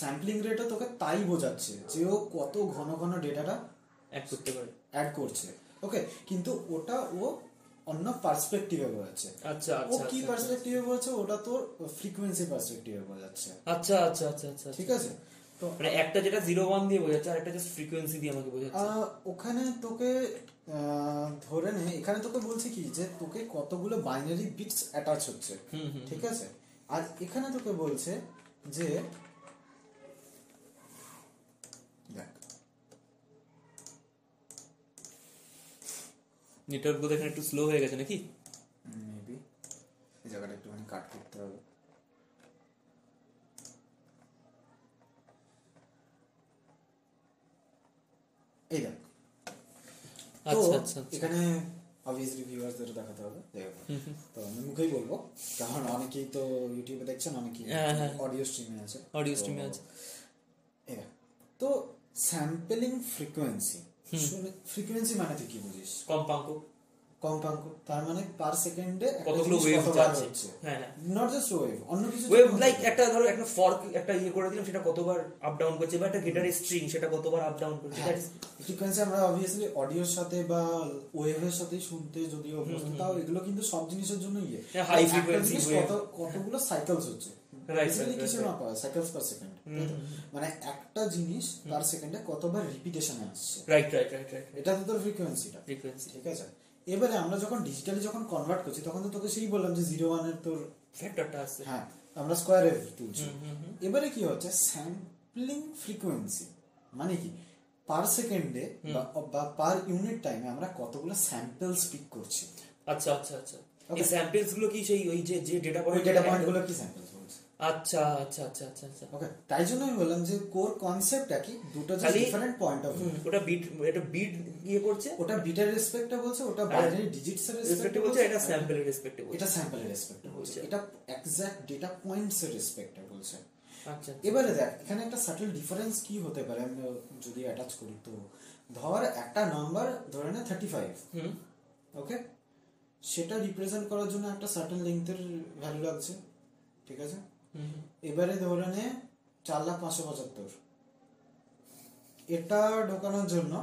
Speaker 1: স্যাম্পলিং রেটও তোকে তাই বোঝাচ্ছে যে ও কত ঘন ঘন ডেটাটা
Speaker 2: এক করতে পারে
Speaker 1: অ্যাড করছে ওকে কিন্তু ওটা ও অন্য পার্সপেক্টিভে বোঝাচ্ছে
Speaker 2: আচ্ছা
Speaker 1: ও
Speaker 2: আচ্ছা
Speaker 1: কি
Speaker 2: আচ্ছা,
Speaker 1: পার্সপেক্টিভে বলছে ওটা তোর ফ্রিকোয়েন্সি পার্সপেক্টিভে বোঝাচ্ছে
Speaker 2: আচ্ছা আচ্ছা আচ্ছা আচ্ছা আচ্ছা।
Speaker 1: ঠিক আছে তো
Speaker 2: মানে একটা যেটা জিরো ওয়ান দিয়ে বোঝাচ্ছে আর একটা জাস্ট ফ্রিকোয়েন্সি দিয়ে আমাকে বোঝাচ্ছে
Speaker 1: আহ, ওখানে তোকে আহ, ধরে নে এখানে তোকে বলছে কি যে তোকে কতগুলো বাইনারি বিটস অ্যাটাচ হচ্ছে
Speaker 2: হুম হুম
Speaker 1: ঠিক আছে আর এখানে তোকে বলছে যে দেখ
Speaker 2: নেটওয়ার্ক বোধ এখানে একটু স্লো হয়ে গেছে নাকি
Speaker 1: মেবি এই জায়গাটা একটুখানি কাট করতে হবে এই দেখ তো
Speaker 2: আচ্ছা আচ্ছা আচ্ছা।
Speaker 1: এখানে অবভিয়াসলি ভিউয়ার্সদের দেখাতে হবে যাই হোক। তো আমি মুখেই বলবো কারণ অনেকেই তো ইউটিউবে দেখছেন অনেকেই
Speaker 2: হ্যাঁ, হ্যাঁ।
Speaker 1: অডিও স্ট্রিমে আছে
Speaker 2: Audio
Speaker 1: তো
Speaker 2: stream এ আছে।
Speaker 1: এই দেখ। তো স্যাম্পলিং ফ্রিকোয়েন্সি ফ্রিকোয়েন্সি মানে তুই কি বুঝিস
Speaker 2: কম্পাঙ্ক
Speaker 1: কম্পাঙ্ক তার মানে পার সেকেন্ডে
Speaker 2: কতগুলো ওয়েভ যাচ্ছে হ্যাঁ হ্যাঁ
Speaker 1: নট জাস্ট ওয়েভ অন্য কিছু
Speaker 2: ওয়েভ লাইক একটা ধরো একটা ফর্ক একটা ইয়ে করে দিলাম সেটা কতবার আপ ডাউন করছে বা একটা গিটারের স্ট্রিং সেটা কতবার আপ ডাউন করছে
Speaker 1: হ্যাঁ।
Speaker 2: that is-
Speaker 1: ফ্রিকোয়েন্সি আমরা অবভিয়াসলি অডিওর সাথে বা ওয়েভের সাথে শুনতে যদিও অভ্যস্ত তাও এগুলো কিন্তু সব জিনিসের জন্য ইয়ে
Speaker 2: হ্যাঁ, high
Speaker 1: একটা
Speaker 2: frequency
Speaker 1: জিনিস
Speaker 2: wave।
Speaker 1: কত কতগুলো সাইকেলস হচ্ছে
Speaker 2: right,
Speaker 1: Basically
Speaker 2: right,
Speaker 1: কিছু
Speaker 2: right.
Speaker 1: না সাইকেলস পার সেকেন্ড মানে একটা জিনিস পার সেকেন্ডে কতবার রিপিটেশনে আসছে
Speaker 2: রাইট রাইট রাইট রাইট
Speaker 1: এটা তো তোর ফ্রিকোয়েন্সিটা
Speaker 2: ফ্রিকোয়েন্সি
Speaker 1: ঠিক আছে এবারে আমরা যখন ডিজিটালি যখন কনভার্ট করছি তখন তো তোকে সেই বললাম যে জিরো ওয়ানের তোর
Speaker 2: ফ্যাক্টরটা আছে
Speaker 1: হ্যাঁ আমরা স্কোয়ার ওয়েভ তুলছি এবারে কি হচ্ছে স্যাম্পলিং ফ্রিকোয়েন্সি মানে কি পার সেকেন্ডে বা পার ইউনিট টাইমে আমরা কতগুলো স্যাম্পল স্পিক করছি
Speaker 2: আচ্ছা আচ্ছা আচ্ছা এই
Speaker 1: Okay.
Speaker 2: স্যাম্পলস গুলো কি সেই ওই যে যে ডেটা
Speaker 1: ওই
Speaker 2: পয়েন্ট
Speaker 1: ডেটা পয়েন্টগুলো কি স্যাম্পল বলছে
Speaker 2: আচ্ছা আচ্ছা আচ্ছা আচ্ছা আচ্ছা
Speaker 1: ওকে তাই জন্য আমি বললাম যে কোর কনসেপ্ট একই দুটো যে
Speaker 2: খালি-
Speaker 1: ডিফারেন্ট পয়েন্ট অফ ভিউ
Speaker 2: ওটা বিট এটা বিট ইয়ে করছে
Speaker 1: ওটা বিটার রেসপেক্টটা বলছে ওটা বাইনারি ডিজিটস এর রেসপেক্ট
Speaker 2: রেসপেক্টিভ হ্যাঁ। বলছে এটা স্যাম্পলের রেসপেক্টিভ
Speaker 1: এটা স্যাম্পলের রেসপেক্ট বলছে
Speaker 2: বলছে।
Speaker 1: এটা এক্সাক্ট ডেটা পয়েন্টস এর রেসপেক্ট বলছে
Speaker 2: আচ্ছা
Speaker 1: এবারে দেখ এখানে একটা সাটল ডিফারেন্স কি হতে পারে আমরা যদি অ্যাটাচ করি তো ধর একটা নাম্বার ধরে না থার্টি ফাইভ
Speaker 2: হুম
Speaker 1: ওকে সেটা রিপ্রেজেন্ট করার জন্য একটা সার্টেন লেন্থের ভ্যালু লাগছে ঠিক আছে
Speaker 2: হুম
Speaker 1: এবারে ধরে নে চার লাখ পাঁচশো পঁচাত্তর এটা ঢোকানোর জন্য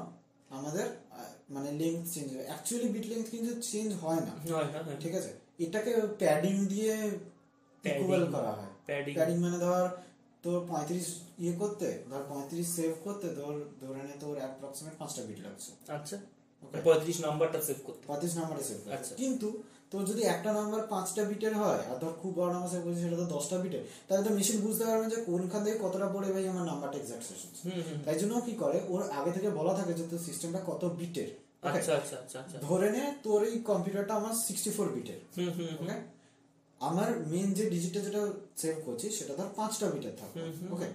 Speaker 1: আমাদের আহ, মানে লেন্থ চেঞ্জ হয় অ্যাকচুয়ালি বিট লেন্থ কিন্তু চেঞ্জ হয় না
Speaker 2: হয় না হ্যাঁ
Speaker 1: ঠিক আছে এটাকে প্যাডিং দিয়ে
Speaker 2: Padding,
Speaker 1: ইকুয়াল করা হয়
Speaker 2: padding.
Speaker 1: প্যাডিং মানে ধর তোর পঁয়ত্রিশ ইয়ে করতে ধর পঁয়ত্রিশ সেভ করতে ধর ধরে নে তোর অ্যাপ্রক্সিমেট পাঁচটা বিট লাগছে
Speaker 2: আচ্ছা
Speaker 1: Okay.
Speaker 2: পঁয়ত্রিশ নাম্বারটা সেভ করতে
Speaker 1: পঁয়ত্রিশ নাম্বারে সেভ
Speaker 2: আচ্ছা।
Speaker 1: করতে কিন্তু তোর যদি একটা নাম্বার পাঁচটা বিটের হয় আর ধর খুব বড় নাম্বার সেভ করছে সেটা তো দশটা বিটের তাহলে তো মেশিন বুঝতে পারবে যে কোনখান থেকে কতটা পড়ে ভাই আমার নাম্বারটা এক্সাক্ট শেষ হচ্ছে
Speaker 2: হুম হুম
Speaker 1: তাই জন্য ও কি করে ওর আগে থেকে বলা থাকে যে তোর সিস্টেমটা কত বিটের Okay?
Speaker 2: আচ্ছা আচ্ছা আচ্ছা আচ্ছা
Speaker 1: ধরে নে তোর এই কম্পিউটারটা আমার সিক্সটি ফোর বিটের
Speaker 2: হুম হুম
Speaker 1: ওকে আমার মেন যে ডিজিটটা যেটা সেভ করছি সেটা ধর পাঁচটা বিটের থাকবে ওকে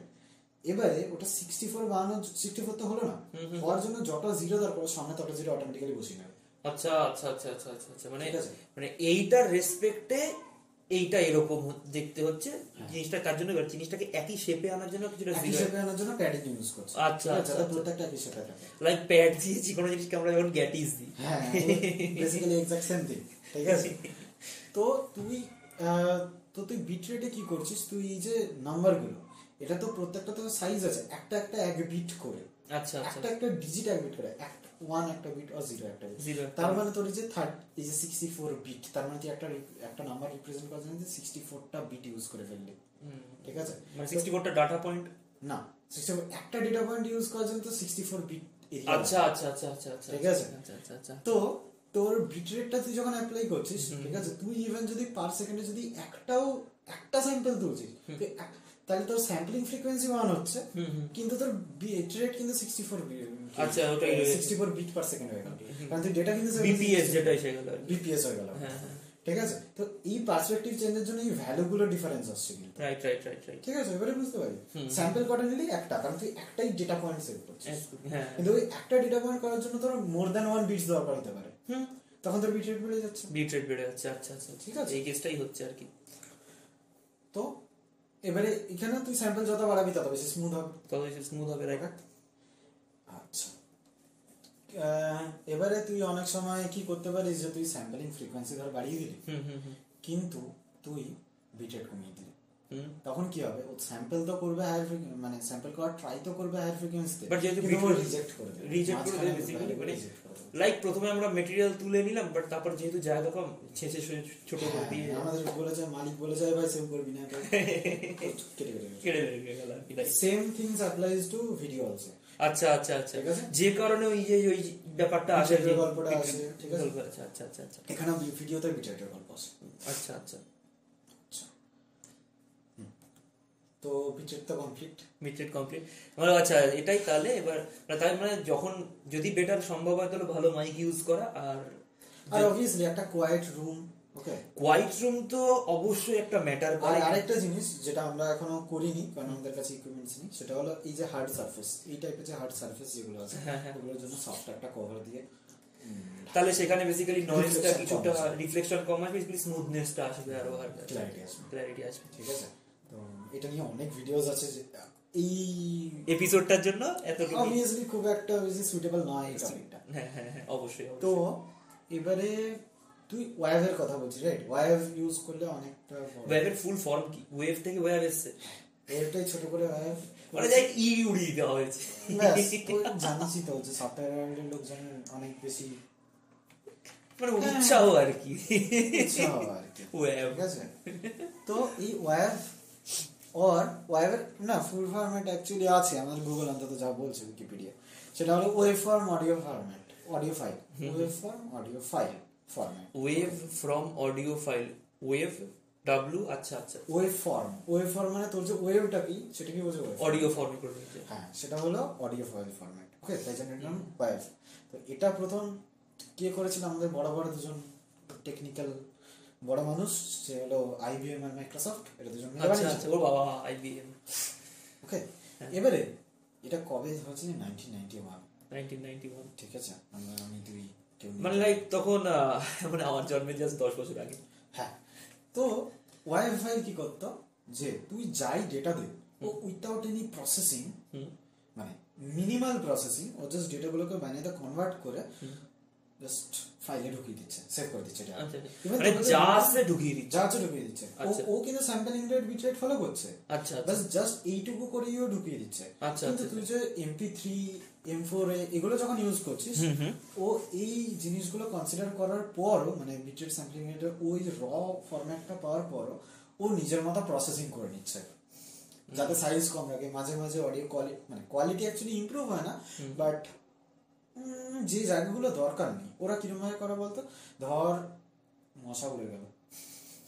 Speaker 1: এবারে ওটা সিক্সটি ফোর বানানো সিক্সটি ফোর তো হলো না হওয়ার জন্য যটা জিরো দরকার সামনে তটা জিরো অটোমেটিক্যালি বসিয়ে নেবে
Speaker 2: আচ্ছা আচ্ছা আচ্ছা আচ্ছা আচ্ছা আচ্ছা মানে
Speaker 1: ঠিক আছে।
Speaker 2: মানে এইটার রেসপেক্টে এইটা এরকম হ- দেখতে হচ্ছে জিনিসটা তার জন্য এবার জিনিসটাকে একই শেপে আনার জন্য কিছুটা
Speaker 1: হ্যাঁ। একই shape এ আনার জন্য প্যাডিং ইউজ করছে
Speaker 2: আচ্ছা,
Speaker 1: ঠিক আছে?
Speaker 2: আচ্ছা,
Speaker 1: যাতে প্রত্যেকটা একই shape এ থাকে
Speaker 2: লাইক প্যাড দিয়ে যে কোনো জিনিসকে আমরা যখন গ্যাটিস দিই
Speaker 1: হ্যাঁ বেসিক্যালি এক্সাক্ট সেম থিং ঠিক আছে তো তুই আহ, তো তুই বিট রেটে কি করছিস তুই এই যে নাম্বারগুলো এটা তো প্রত্যেকটা তো সাইজ আছে একটা একটা এক বিট করে
Speaker 2: আচ্ছা আচ্ছা
Speaker 1: একটা একটা ডিজিট এক বিট করে একটা ওয়ান একটা বিট আর জিরো একটা বিট
Speaker 2: জিরো একটা
Speaker 1: তার
Speaker 2: bit।
Speaker 1: মানে তোর এই যে থার্ড এই যে সিক্সটি ফোর বিট তার মানে তুই একটা re- একটা নাম্বার রিপ্রেজেন্ট করার জন্য সিক্সটি ফোরটা বিট ইউজ করে ফেললি
Speaker 2: হুম।
Speaker 1: ঠিক আছে
Speaker 2: মানে সিক্সটি ফোরটা ডাটা পয়েন্ট
Speaker 1: না সিস্টেম একটা ডেটা পয়েন্ট ইউজ করার জন্য তো সিক্সটি ফোর বিট
Speaker 2: আচ্ছা আচ্ছা আচ্ছা আচ্ছা আচ্ছা
Speaker 1: ঠিক আছে।
Speaker 2: আচ্ছা আচ্ছা আচ্ছা
Speaker 1: তো তোর বিট রেটটা তুই যখন অ্যাপ্লাই করছিস ঠিক আছে তুই ইভেন যদি পার সেকেন্ডে যদি একটাও একটা স্যাম্পল তুলছিস তুই এক- তাহলে তোর স্যাম্পলিং ফ্রিকোয়েন্সি ওয়ান হচ্ছে
Speaker 2: Hmm,
Speaker 1: কিন্তু তোর বিট রেট কিন্তু সিক্সটি ফোর
Speaker 2: আচ্ছা, ওটাই রয়েছে।
Speaker 1: Sixty four bit per second হয়ে গেল কারণ তুই ডেটা কিন্তু
Speaker 2: বিপিএস যেটা এসে গেল
Speaker 1: বিপিএস হয়ে গেল
Speaker 2: হ্যাঁ।
Speaker 1: ঠিক আছে তো এই পার্সপেক্টিভ চেঞ্জের জন্য এই ভ্যালুগুলো ডিফারেন্স আসছে কিন্তু
Speaker 2: রাইট রাইট রাইট রাইট
Speaker 1: ঠিক আছে এবারে বুঝতে পারি স্যাম্পল কটা নিলি একটা কারণ তুই একটাই ডেটা পয়েন্ট সেভ করছিস
Speaker 2: হ্যাঁ
Speaker 1: কিন্তু ওই একটা ডেটা পয়েন্ট করার জন্য তোর মোর দ্যান ওয়ান বিটস দরকার হতে পারে
Speaker 2: হুম
Speaker 1: তখন তোর বিট রেট বেড়ে যাচ্ছে
Speaker 2: বিট রেট বেড়ে যাচ্ছে আচ্ছা আচ্ছা ঠিক
Speaker 1: ঠিক
Speaker 2: আছে
Speaker 1: আছে।
Speaker 2: এই কেসটাই হচ্ছে আর কি
Speaker 1: তো এবারে এখানে তুই স্যাম্পল যত বাড়াবি তত বেশি স্মুথ হবে
Speaker 2: তত স্মুথ হবে রাইট
Speaker 1: আচ্ছা আহ, এবারে তুই অনেক সময় কি করতে পারিস যে তুই স্যাম্পলিং ফ্রিকোয়েন্সি ধর বাড়িয়ে দিলি
Speaker 2: হুম হুম হুম
Speaker 1: কিন্তু তুই বিট রেট কমিয়ে দিলি
Speaker 2: হুম
Speaker 1: তখন কি হবে ও স্যাম্পল তো করবে হায়ার মানে স্যাম্পল করার ট্রাই তো করবে হায়ার ফ্রিকোয়েন্সিতে
Speaker 2: But যেহেতু bit rate-
Speaker 1: রিজেক্ট করে দেবে
Speaker 2: reject করে দেবে
Speaker 1: মাঝখানে
Speaker 2: basically, মানে-
Speaker 1: reject করে দেবে।
Speaker 2: লাইক প্রথমে আমরা মেটেরিয়াল তুলে নিলাম বাট তারপর যেহেতু জায়গা কম ছেঁচে শুয়ে ছোট করে দিয়ে
Speaker 1: হ্যাঁ, আমাদের বলে যায় মালিক বলে যায় ভাই সেভ করবি না তো কেটে কেটে
Speaker 2: কেড়ে বেড়ে গেল আর কি, like।
Speaker 1: Same things applies to video also
Speaker 2: আচ্ছা আচ্ছা আচ্ছা
Speaker 1: ঠিক আছে।
Speaker 2: যে কারণে ওই যে ওই ব্যাপারটা আসে
Speaker 1: Bitrate
Speaker 2: যে-
Speaker 1: গল্পটা আসে, ঠিক আছে।
Speaker 2: গল্প, আচ্ছা আচ্ছা আচ্ছা আচ্ছা
Speaker 1: এখানে ভিডিওতে বিটারেটের গল্প আছে
Speaker 2: আচ্ছা আচ্ছা
Speaker 1: আচ্ছা। হুম। তো বিটারেট তো কমপ্লিট
Speaker 2: মিট্রেট কমপ্লিট মানে আচ্ছা এটাই তাহলে এবার মানে তার মানে যখন যদি বেটার সম্ভব হয় তাহলে ভালো মাইক ইউজ করা আর
Speaker 1: আর অবভিয়াসলি একটা quiet room okay
Speaker 2: white room তো অবশ্যই একটা ম্যাটার
Speaker 1: আর
Speaker 2: করে
Speaker 1: আরেকটা জিনিস যেটা আমরা এখনো করিনি কারণ আমাদের কাছে ইকুইপমেন্টস নেই সেটা হলো এই যে হার্ড সারফেস এই টাইপের যে হার্ড সারফেস যেগুলো আছে
Speaker 2: হ্যাঁ, হ্যাঁ।
Speaker 1: ওগুলোর জন্য সফট একটা কভার দিয়ে
Speaker 2: তাহলে সেখানে বেসিক্যালি নয়েজটা
Speaker 1: Reflection কম
Speaker 2: কিছুটা
Speaker 1: আসবে।
Speaker 2: রিফ্লেকশন কম আসবে বেসিক্যালি স্মুথনেসটা আসবে আরো আর
Speaker 1: আচ্ছা। ক্ল্যারিটি আসবে
Speaker 2: ক্ল্যারিটি আসবে
Speaker 1: ঠিক আছে তো এটা নিয়ে অনেক ভিডিওস আছে যে- এই
Speaker 2: এপিসোডটার জন্য এতটুকু
Speaker 1: অবভিয়াসলি খুব একটা বেশি সুইটেবল নয় এই টপিকটা
Speaker 2: হ্যাঁ হ্যাঁ হ্যাঁ, অবশ্যই অবশ্যই।
Speaker 1: তো এবারে তুই ওয়াইভের কথা বলছিস রাইট ওয়াইভ ইউজ করলে অনেকটা
Speaker 2: ওয়েভের ফুল ফর্ম কি ওয়েভ থেকে ওয়েভ এসছে
Speaker 1: ওয়েভটাই ছোট করে ওয়াইভ
Speaker 2: মানে যাই ই উড়িয়ে দেওয়া হয়েছে
Speaker 1: জানিসই তো যে সফটওয়্যার লোকজন অনেক বেশি
Speaker 2: মানে উৎসাহ আর কি
Speaker 1: উৎসাহ আর কি
Speaker 2: ওয়েভ
Speaker 1: ঠিক আছে তো এই ওয়াইভ অর ওয়াইভের না ফুল ফরম্যাট অ্যাকচুয়ালি আছে আমাদের গুগল অন্তত যা বলছে উইকিপিডিয়া সেটা হলো wave form audio format audio file wave form audio file format
Speaker 2: wave from audio file wave W আচ্ছা আচ্ছা
Speaker 1: ওয়েভ ফর্ম ওয়েভ ফর্ম মানে তোর যে ওয়েভটা কি সেটা কি বোঝো wave?
Speaker 2: অডিও ফর্মে করে দিয়েছে
Speaker 1: হ্যাঁ সেটা হলো অডিও ফাইল ফরম্যাট ওকে তাই জন্য এর নাম ওয়েভ তো এটা প্রথম কে করেছিল আমাদের বড় বড় দুজন টেকনিক্যাল বড় মানুষ সে হলো আইবিএম আর মাইক্রোসফট এটা দুজন মিলে
Speaker 2: আচ্ছা
Speaker 1: বানিয়েছে।
Speaker 2: আচ্ছা ওর বাবা আইবিএম
Speaker 1: ওকে এবারে এটা কবে হয়েছে nineteen ninety one
Speaker 2: nineteen ninety one
Speaker 1: ঠিক আছে আমরা আমি দুই কেউ
Speaker 2: মানে
Speaker 1: নেই।
Speaker 2: লাইক তখন আহ, মানে আমার জন্মের জাস্ট দশ বছর আগে
Speaker 1: হ্যাঁ তো ওয়াইফাই কি করতো যে তুই যাই ডেটা দে ও উইথাউট এনি প্রসেসিং মানে মিনিমাল প্রসেসিং ও জাস্ট ডেটাগুলোকে বানিয়ে কনভার্ট করে জাস্ট ফাইলে ঢুকিয়ে দিচ্ছে সেভ করে দিচ্ছে data।
Speaker 2: আচ্ছা আচ্ছা।
Speaker 1: Even
Speaker 2: মানে
Speaker 1: তোকে
Speaker 2: যা আসছে ঢুকিয়ে দিচ্ছে
Speaker 1: যা আছে ঢুকিয়ে দিচ্ছে ও-
Speaker 2: আচ্ছা।
Speaker 1: ও কিন্তু স্যাম্পল ইন্ডিয়ার বিট রেট ফলো করছে
Speaker 2: আচ্ছা আচ্ছা।
Speaker 1: বাস জাস্ট এইটুকু করেইও ঢুকিয়ে দিচ্ছে
Speaker 2: আচ্ছা,
Speaker 1: কিন্তু
Speaker 2: আচ্ছা,
Speaker 1: তুই যে এমপি থ্রি এম ফোর এগুলো যখন ইউজ করছিস ও এই জিনিসগুলো কনসিডার করার পরও মানে বিটেড স্যাম্পলিং এর ওই র ফরম্যাটটা পাওয়ার পরও ও নিজের মতো প্রসেসিং করে নিচ্ছে যাতে সাইজ কম রাখে মাঝে মাঝে অডিও কোয়ালিটি মানে কোয়ালিটি অ্যাকচুয়ালি ইমপ্রুভ হয় না বাট যে জায়গাগুলো দরকার নেই ওরা কিরকম ভাবে করে বলতো ধর মশা উড়ে গেল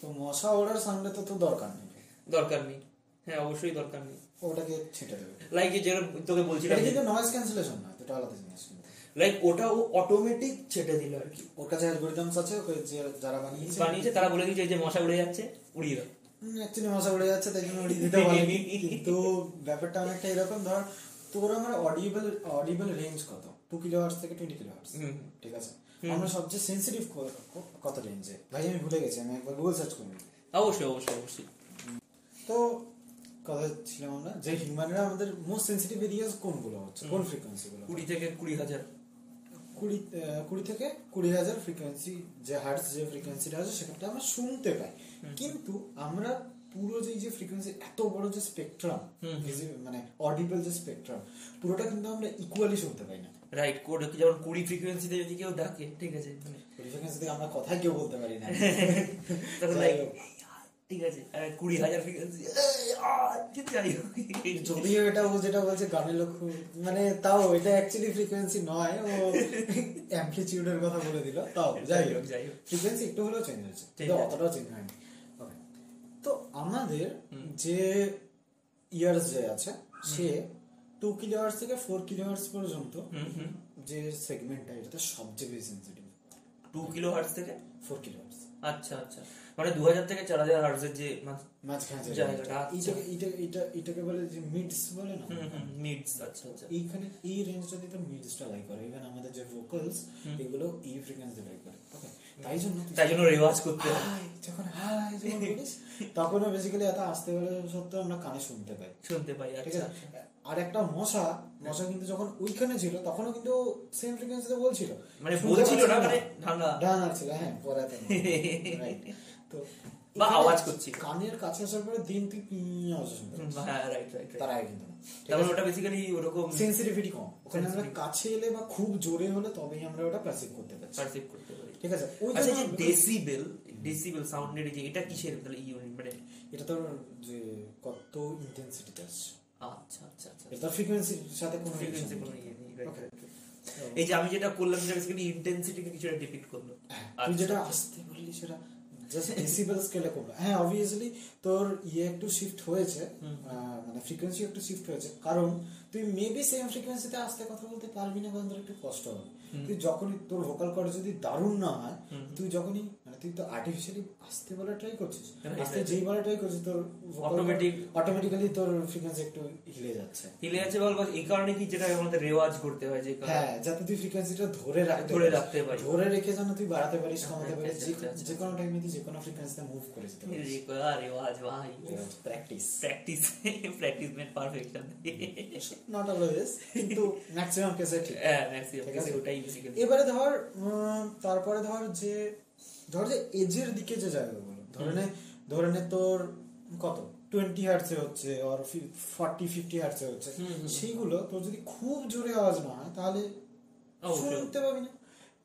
Speaker 1: তো মশা ওড়ার সামনে তো তোর দরকার নেই
Speaker 2: দরকার নেই হ্যাঁ অবশ্যই দরকার নেই
Speaker 1: ওটাকে ছেটে দেবে
Speaker 2: লাইক যেটা তোকে বলছিলাম
Speaker 1: এটা কিন্তু নয়েজ ক্যান্সেলেশন না এটা আলাদা জিনিস কিন্তু।
Speaker 2: লাইক ওটা ও অটোমেটিক ছেটে দিল আর কি
Speaker 1: ওর কাছে অ্যালগরিদমস আছে ওকে যে- যারা বানিয়েছে
Speaker 2: বানিয়েছে তারা বলে দিচ্ছে যে মশা উড়ে যাচ্ছে উড়িয়ে দাও
Speaker 1: অ্যাকচুয়ালি মশা উড়ে যাচ্ছে তাই জন্য উড়িয়ে দিতে পারেনি কিন্তু ব্যাপারটা অনেকটা এরকম ধর তোর আমার অডিবল অডিবল রেঞ্জ কত টু কিলো হার্স থেকে টোয়েন্টি কিলো হার্স
Speaker 2: হুম।
Speaker 1: ঠিক আছে আমরা সবচেয়ে সেন্সিটিভ কত রেঞ্জে ভাই আমি ভুলে গেছি আমি একবার গুগল সার্চ করি
Speaker 2: অবশ্যই অবশ্যই অবশ্যই
Speaker 1: তো কথা ছিলাম আমরা যে হিউম্যানরা আমাদের মোস্ট সেন্সিটিভ এরিয়াস কোনগুলো হচ্ছে কোন ফ্রিকোয়েন্সিগুলো
Speaker 2: কুড়ি থেকে কুড়ি হাজার
Speaker 1: কুড়ি আহ, কুড়ি থেকে কুড়ি হাজার ফ্রিকোয়েন্সি যে হার্টস যে ফ্রিকোয়েন্সিটা আছে সেখানটা আমরা শুনতে পাই কিন্তু আমরা পুরো যে যে ফ্রিকোয়েন্সি এত বড় যে স্পেকট্রাম মানে অডিবল যে স্পেকট্রাম পুরোটা কিন্তু আমরা ইকুয়ালি শুনতে পাই না
Speaker 2: রাইট কোড যেমন কুড়ি ফ্রিকোয়েন্সিতে যদি কেউ ডাকে ঠিক আছে মানে
Speaker 1: ফ্রিকোয়েন্সি থেকে আমরা কথাই কেউ বলতে পারি না
Speaker 2: তখন
Speaker 1: যাই
Speaker 2: লাইক
Speaker 1: হোক।
Speaker 2: ঠিক আছে আর কুড়ি হাজার ফ্রিকোয়েন্সি যাই হোক
Speaker 1: যদিও এটা ও যেটা বলছে গানের লোক মানে তাও এটা অ্যাকচুয়ালি ফ্রিকোয়েন্সি নয় ও অ্যাম্পলিটিউডের কথা বলে দিল তাও যাই হোক
Speaker 2: যাই হোক।
Speaker 1: ফ্রিকোয়েন্সি একটু হলেও চেঞ্জ হয়েছে
Speaker 2: ঠিক
Speaker 1: কিন্তু
Speaker 2: আছে।
Speaker 1: অতটাও চেঞ্জ হয়নি Okay. তো আমাদের যে ইয়ার্স যে আছে সে টু কিলো আওয়ার্স থেকে ফোর কিলো আওয়ার্স পর্যন্ত যে সেগমেন্টটা এটা সবচেয়ে বেশি সেন্সিটিভ
Speaker 2: টু কিলো হার্স থেকে
Speaker 1: ফোর কিলো আওয়ার্স
Speaker 2: আচ্ছা আচ্ছা মানে দু হাজার থেকে চার হাজার হার্সের যে
Speaker 1: মাঝখানে যে
Speaker 2: জায়গাটা,
Speaker 1: range টা,
Speaker 2: আচ্ছা।
Speaker 1: এইটাকে এইটা- এইটা- এটাকে বলে যে মিডস বলে না
Speaker 2: মিডস আচ্ছা আচ্ছা
Speaker 1: এইখানে এই রেঞ্জটাতে তো মিউজিকটা লাই করে ইভেন আমাদের যে ভোকালস এগুলো এই ফ্রিকোয়েন্সিতে লাই করে ওকে তাই জন্য তুই
Speaker 2: তাই জন্য রেওয়াজ করতে হয়
Speaker 1: হাই যখন হাই যখন বলিস তখন বেসিক্যালি এত আসতে বলে সত্ত্বেও আমরা কানে শুনতে পাই
Speaker 2: শুনতে পাই
Speaker 1: ঠিক
Speaker 2: আচ্ছা
Speaker 1: আছে আর একটা মশা মশা কিন্তু যখন ওইখানে ছিল তখনও কিন্তু সেম ফ্রিকোয়েন্সিতে বলছিল
Speaker 2: মানে
Speaker 1: শুনতে
Speaker 2: বলছিল
Speaker 1: পাচ্ছিল
Speaker 2: না মানে ঠান্ডা
Speaker 1: ডান ছিল হ্যাঁ পড়াতে রাইট তো
Speaker 2: বা
Speaker 1: এখানে
Speaker 2: আওয়াজ করছিল।
Speaker 1: কানের কাছে আসার পরে দিন তুই কি আওয়াজ শুনতে পাবি।
Speaker 2: হ্যাঁ রাইট রাইট
Speaker 1: তার আগে কিন্তু না। ঠিক
Speaker 2: তারপর
Speaker 1: আছে?
Speaker 2: মানে ওটা বেসিক্যালি ওরকম
Speaker 1: সেন্সিটিভিটি কম ওখানে আমরা কাছে এলে বা খুব জোরে হলে তবেই আমরা ওটা প্যাসিভ করতে পারছি
Speaker 2: পারসিভ করতে পারি
Speaker 1: ঠিক আছে ওই
Speaker 2: আচ্ছা
Speaker 1: জন্য
Speaker 2: যে ডেসিবেল ডেসিবেল সাউন্ডের যে এটা কিসের তাহলে ইউনিট মানে
Speaker 1: এটা তোর যে কত ইন্টেন্সিটিতে আসছে
Speaker 2: আচ্ছা আচ্ছা আচ্ছা
Speaker 1: এটা ফ্রিকোয়েন্সির সাথে কোনো
Speaker 2: Frequency
Speaker 1: frequency
Speaker 2: কোনো
Speaker 1: নেই।
Speaker 2: ইয়ে নেই, right,
Speaker 1: Okay.
Speaker 2: right, right. এই যে আমি যেটা করলাম যেটা বেসিক্যালি ইন্টেন্সিটিকে কিছুটা ডিপিক্ট করলো
Speaker 1: তুই যেটা আসতে বললি সেটা জাস্ট ডেসিবেল স্কেলে করলো হ্যাঁ অবভিয়াসলি তোর ইয়ে একটু শিফট হয়েছে আহ, মানে ফ্রিকোয়েন্সি একটু শিফট হয়েছে কারণ তুই মেবি সেম ফ্রিকোয়েন্সিতে আসতে কথা বলতে পারবি না কারণ তোর একটু কষ্ট হবে তুই যখনই তোর ভোকাল কর্ড যদি দারুণ না হয় তুই যখনই মানে তুই তো আর্টিফিশিয়ালি আসতে বলা ট্রাই করছিস
Speaker 2: হ্যাঁ,
Speaker 1: আসতে
Speaker 2: এটা-
Speaker 1: যেই বলা ট্রাই করছিস তোর অটোমেটিক
Speaker 2: Automatic-
Speaker 1: অটোমেটিক্যালি তোর ফ্রিকোয়েন্সি একটু হিলে যাচ্ছে
Speaker 2: হিলে আছে বল বল, এই কারণে কি যেটা আমাদের রেওয়াজ করতে হয় যে কারণে-
Speaker 1: হ্যাঁ যাতে তুই ফ্রিকোয়েন্সিটা ধরে রাখতে
Speaker 2: ধরে
Speaker 1: পারিস।
Speaker 2: রাখতে পারি।
Speaker 1: ধরে রেখে যেন তুই বাড়াতে পারিস কমাতে
Speaker 2: হ্যাঁ,
Speaker 1: পারিস
Speaker 2: আচ্ছা,
Speaker 1: যে
Speaker 2: আচ্ছা, আচ্ছা।
Speaker 1: যে কোনো টাইমে তুই যে কোনো ফ্রিকোয়েন্সিতে মুভ করে যেতে পারিস
Speaker 2: রেওয়া- রেওয়াজ ভাই
Speaker 1: practice
Speaker 2: practice practice made perfection
Speaker 1: not always কিন্তু ম্যাক্সিমাম কেসে ঠিক
Speaker 2: হ্যাঁ ম্যাক্সিমাম
Speaker 1: ঠিক আছে।
Speaker 2: ওটাই বেসিক্যালি
Speaker 1: এবারে ধর উম, তারপরে ধর যে ধর যে এজের দিকে যে জায়গাগুলো ধরে নে ধরে নে তোর কত টোয়েন্টি হার্টসে হচ্ছে আর ফর্টি ফিফটি হার্টসে হচ্ছে
Speaker 2: হুম, হুম।
Speaker 1: সেইগুলো তোর যদি খুব জোরে আওয়াজ না হয় তাহলে
Speaker 2: অবশ্যই।
Speaker 1: শুনতে পাবি না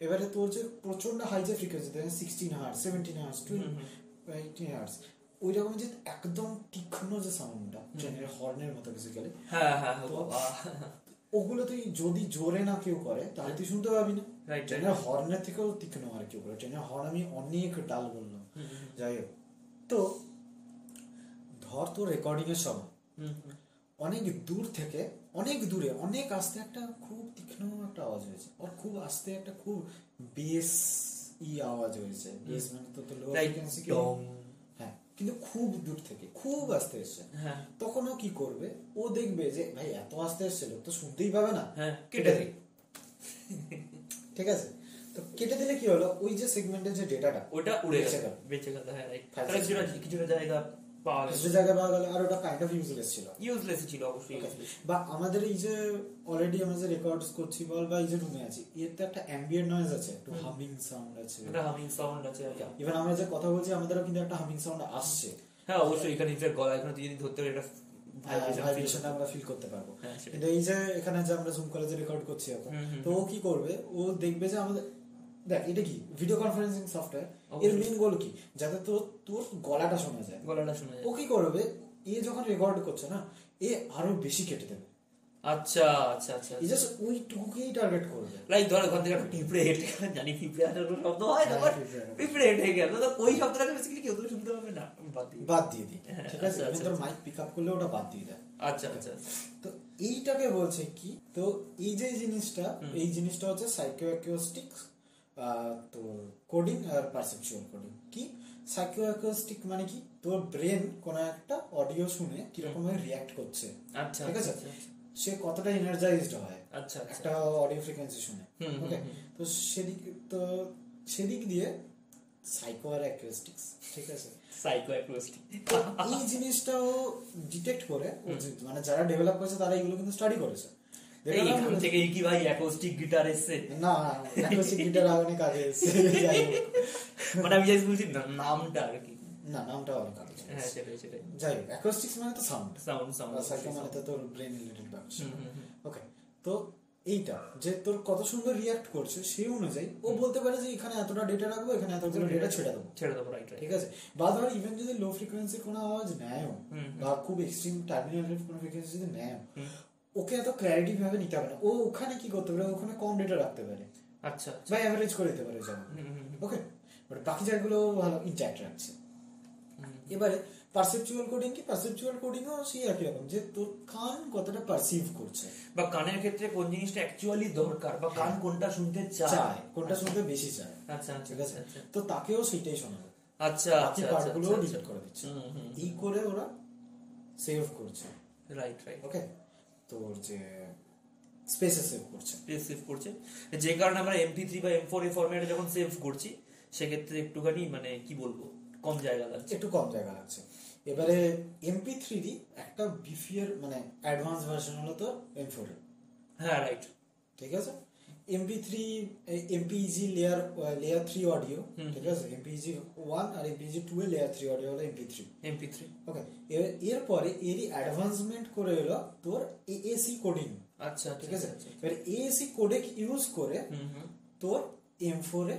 Speaker 1: এবারে তোর যে প্রচন্ড হাই যে ফ্রিকোয়েন্সি ধরেন সিক্সটিন হার্টস সেভেন্টিন হার্টস
Speaker 2: হুম, হুম।
Speaker 1: এইটিন হার্টস ওই রকম যে একদম তীক্ষ্ণ যে সাউন্ডটা ট্রেনের হর্নের মতো বেসিক্যালি
Speaker 2: হ্যাঁ হ্যাঁ হ্যাঁ, বাবা।
Speaker 1: ওগুলো তুই যদি জোরে না কেউ করে তাহলে তুই শুনতে পাবি না
Speaker 2: Right, right.
Speaker 1: ট্রেনের হর্নের থেকেও তীক্ষ্ণ আর কেউ করে ট্রেনের হর্ন আমি অনেক ডাল বললাম
Speaker 2: হুম, হুম,
Speaker 1: যাই হোক তো ধর তোর রেকর্ডিং এর সময়
Speaker 2: হুম, হুম।
Speaker 1: অনেক দূর থেকে অনেক দূরে অনেক আস্তে একটা খুব তীক্ষ্ণ একটা আওয়াজ হয়েছে আর খুব আস্তে একটা খুব বেস ই আওয়াজ হয়েছে বেস মানে তো তো লো
Speaker 2: Right,
Speaker 1: ফ্রিকোয়েন্সি
Speaker 2: dong.
Speaker 1: হ্যাঁ কিন্তু খুব দূর থেকে খুব আস্তে এসছে
Speaker 2: হ্যাঁ
Speaker 1: তখন ও কি করবে ও দেখবে যে ভাই এত আস্তে এসছে লোক তো শুনতেই পাবে না
Speaker 2: হ্যাঁ, কেটে দে।
Speaker 1: ঠিক আছে তো কেটে দিলে কি হলো ওই যে সেগমেন্টের যে ডেটাটা
Speaker 2: ওটা উড়ে
Speaker 1: বেঁচে
Speaker 2: গেল
Speaker 1: গেল।
Speaker 2: বেঁচে গেল হ্যাঁ রাইট
Speaker 1: Five
Speaker 2: কিছু না কিছু না জায়গা পাওয়া
Speaker 1: যে জায়গায় পাওয়া গেল আর ওটা কাইন্ড অফ ইউজলেস ছিল
Speaker 2: ইউজলেস ছিল অবশ্যই useless।
Speaker 1: বা আমাদের এই যে অলরেডি আমরা যে রেকর্ডস করছি বল বা এই যে রুমে আছি এর তো একটা অ্যাম্বিয়েন্ট নয়েজ আছে একটু
Speaker 2: হুম।
Speaker 1: হামিং সাউন্ড আছে
Speaker 2: ওটা হামিং সাউন্ড আছে yeah.
Speaker 1: ইভেন আমরা যে কথা বলছি আমাদেরও কিন্তু একটা হামিং সাউন্ড আসছে
Speaker 2: হ্যাঁ অবশ্যই এখানে যে গলা এখানে তুই যদি ধরতে পারি এটা
Speaker 1: হ্যাঁ,
Speaker 2: vibration feel
Speaker 1: ভাইব্রেশন
Speaker 2: করতে
Speaker 1: আমরা ফিল করতে পারবো
Speaker 2: হ্যাঁ, সেটাই।
Speaker 1: কিন্তু এই যে এখানে যে আমরা জুম কলেজে রেকর্ড করছি এখন
Speaker 2: হুম, হুম,
Speaker 1: তো ও কি করবে ও দেখবে যে আমাদের দেখ এটা কি ভিডিও কনফারেন্সিং সফটওয়্যার এর
Speaker 2: অবশ্যই।
Speaker 1: মেন গোল কি যাতে তোর তোর গলাটা শোনা যায়
Speaker 2: গলাটা শোনা যায়
Speaker 1: ও কি করবে এ যখন রেকর্ড করছে না এ আরো বেশি কেটে দেবে
Speaker 2: আচ্ছা আচ্ছা আচ্ছা
Speaker 1: এই জাস্ট ওইটুকুকেই টার্গেট করবে
Speaker 2: লাইক ধর ওখান থেকে একটা পিঁপড়ে হেঁটে গেল জানি পিঁপড়ে আসার কোনো শব্দ হয় না but
Speaker 1: হ্যাঁ, পিঁপড়ে আসার।
Speaker 2: পিঁপড়ে হেঁটে গেল তো ওই শব্দটা বেসিক্যালি কেউ তো শুনতে পাবে না বাদ দিয়ে।
Speaker 1: বাদ দিয়ে দিই
Speaker 2: হ্যাঁ,
Speaker 1: ঠিক আছে
Speaker 2: আচ্ছা,
Speaker 1: even তোর মাইক পিক আপ করলে ওটা বাদ দিয়ে দেয়
Speaker 2: আচ্ছা আচ্ছা
Speaker 1: তো এইটাকে বলছে কি তো এই যে জিনিসটা
Speaker 2: হুম।
Speaker 1: এই জিনিসটা হচ্ছে সাইকোঅ্যাকোস্টিক তো কোডিং আর পারসেপচুয়াল কোডিং কি সাইকোঅ্যাকোস্টিক মানে কি তোর ব্রেন কোনো একটা অডিও শুনে কিরকম ভাবে রিয়াক্ট করছে
Speaker 2: আচ্ছা
Speaker 1: ঠিক আছে
Speaker 2: আচ্ছা, আচ্ছা,
Speaker 1: সে কতটা এনার্জাইজড হয়
Speaker 2: আচ্ছা আচ্ছা
Speaker 1: একটা অডিও ফ্রিকোয়েন্সি শুনে
Speaker 2: হুম, হুম,
Speaker 1: ওকে
Speaker 2: হুম।
Speaker 1: তো সেদিক তো সেদিক দিয়ে সাইকো আর অ্যাকোস্টিক্স ঠিক আছে
Speaker 2: সাইকো অ্যাকোস্টিক
Speaker 1: তো এই জিনিসটাও ডিটেক্ট করে ও যে- মানে যারা ডেভেলপ করেছে তারা এগুলো কিন্তু স্টাডি করেছে
Speaker 2: এইখান থেকে কি ভাই অ্যাকোস্টিক গিটার এসছে
Speaker 1: না অ্যাকোস্টিক গিটার অনেক আগে এসেছে। যাই হোক।
Speaker 2: মানে আমি জাস্ট বলছি না- নামটা আর কি
Speaker 1: না নামটা অনেক আগে ছিল।
Speaker 2: হ্যাঁ সেটাই সেটাই
Speaker 1: যাই হোক অ্যাকোস্টিক্স মানে তো সাউন্ড
Speaker 2: সাউন্ড সাউন্ড
Speaker 1: সাইকো মানে তো তোর ব্রেন রিলেটেড ব্যাপার ওকে তো এইটা যে তোর কত সুন্দর রিয়াক্ট করছে সেই অনুযায়ী ও বলতে পারে যে এখানে এতটা ডেটা রাখবো এখানে এতগুলো ডেটা ছেড়ে দেবো
Speaker 2: ছেড়ে দেবো রাইট রাইট
Speaker 1: ঠিক আছে বা ধর ইভেন যদি লো ফ্রিকোয়েন্সি কোনো আওয়াজ নেয়ও
Speaker 2: হুম।
Speaker 1: বা খুব এক্সট্রিম টার্মিনাল কোনো ফ্রিকোয়েন্সি যদি নেয়ও
Speaker 2: হুম।
Speaker 1: ওকে এত ক্ল্যারিটি ভাবে নিতে হবে না ও ওখানে কি করতে পারে ওখানে কম ডেটা রাখতে পারে
Speaker 2: আচ্ছা
Speaker 1: বা অ্যাভারেজ করে দিতে পারে যেমন
Speaker 2: হুম, হুম, হুম,
Speaker 1: ওকে বাট বাকি জায়গাগুলো ও ভালো ইন্ট্যাক্ট রাখছে
Speaker 2: হুম।
Speaker 1: এবারে পারসেপচুয়াল কোডিং কি পারসেপচুয়াল কোডিংও সেই একই রকম যে তোর কান কতটা পারসিভ করছে
Speaker 2: বা কানের ক্ষেত্রে কোন জিনিসটা অ্যাকচুয়ালি দরকার বা কান কোনটা শুনতে চায়
Speaker 1: হ্যাঁ। চায় কোনটা শুনতে বেশি চায়
Speaker 2: আচ্ছা আচ্ছা
Speaker 1: ঠিক আছে
Speaker 2: আচ্ছা আচ্ছা
Speaker 1: তো তাকেও সেটাই শোনাবে
Speaker 2: আচ্ছা
Speaker 1: বাকি
Speaker 2: আচ্ছা
Speaker 1: পার্টগুলো ডিলিট করে দিচ্ছে
Speaker 2: হুম, হুম।
Speaker 1: এই করে ওরা সেভ করছে
Speaker 2: রাইট রাইট
Speaker 1: ওকে তোর যে স্পেসে সেভ করছে
Speaker 2: সেভ করছে যে কারণে আমরা এমপি থ্রি বা এম ফোর এই ফরম্যাটে যখন সেভ করছি সেক্ষেত্রে একটুখানি মানে কি বলবো কম জায়গা লাগছে
Speaker 1: একটু কম জায়গা লাগছে এবারে এমপি থ্রিরই একটা বিফিয়ার মানে অ্যাডভান্স ভার্সন হলো তো এম ফোর
Speaker 2: হ্যাঁ রাইট
Speaker 1: ঠিক আছে MP three MPEG layer layer three audio
Speaker 2: হুম।
Speaker 1: ঠিক আছে এমপিজি ওয়ান আর এমপিজি টু এর লেয়ার থ্রি অডিও হলো MP three
Speaker 2: MP three
Speaker 1: okay এরপরে এরই অ্যাডভান্সমেন্ট করে এলো তোর এএসি কোডিং
Speaker 2: আচ্ছা
Speaker 1: ঠিক আছে এবার এএসি কোডেক ইউজ করে
Speaker 2: হুম হুম
Speaker 1: তোর M four A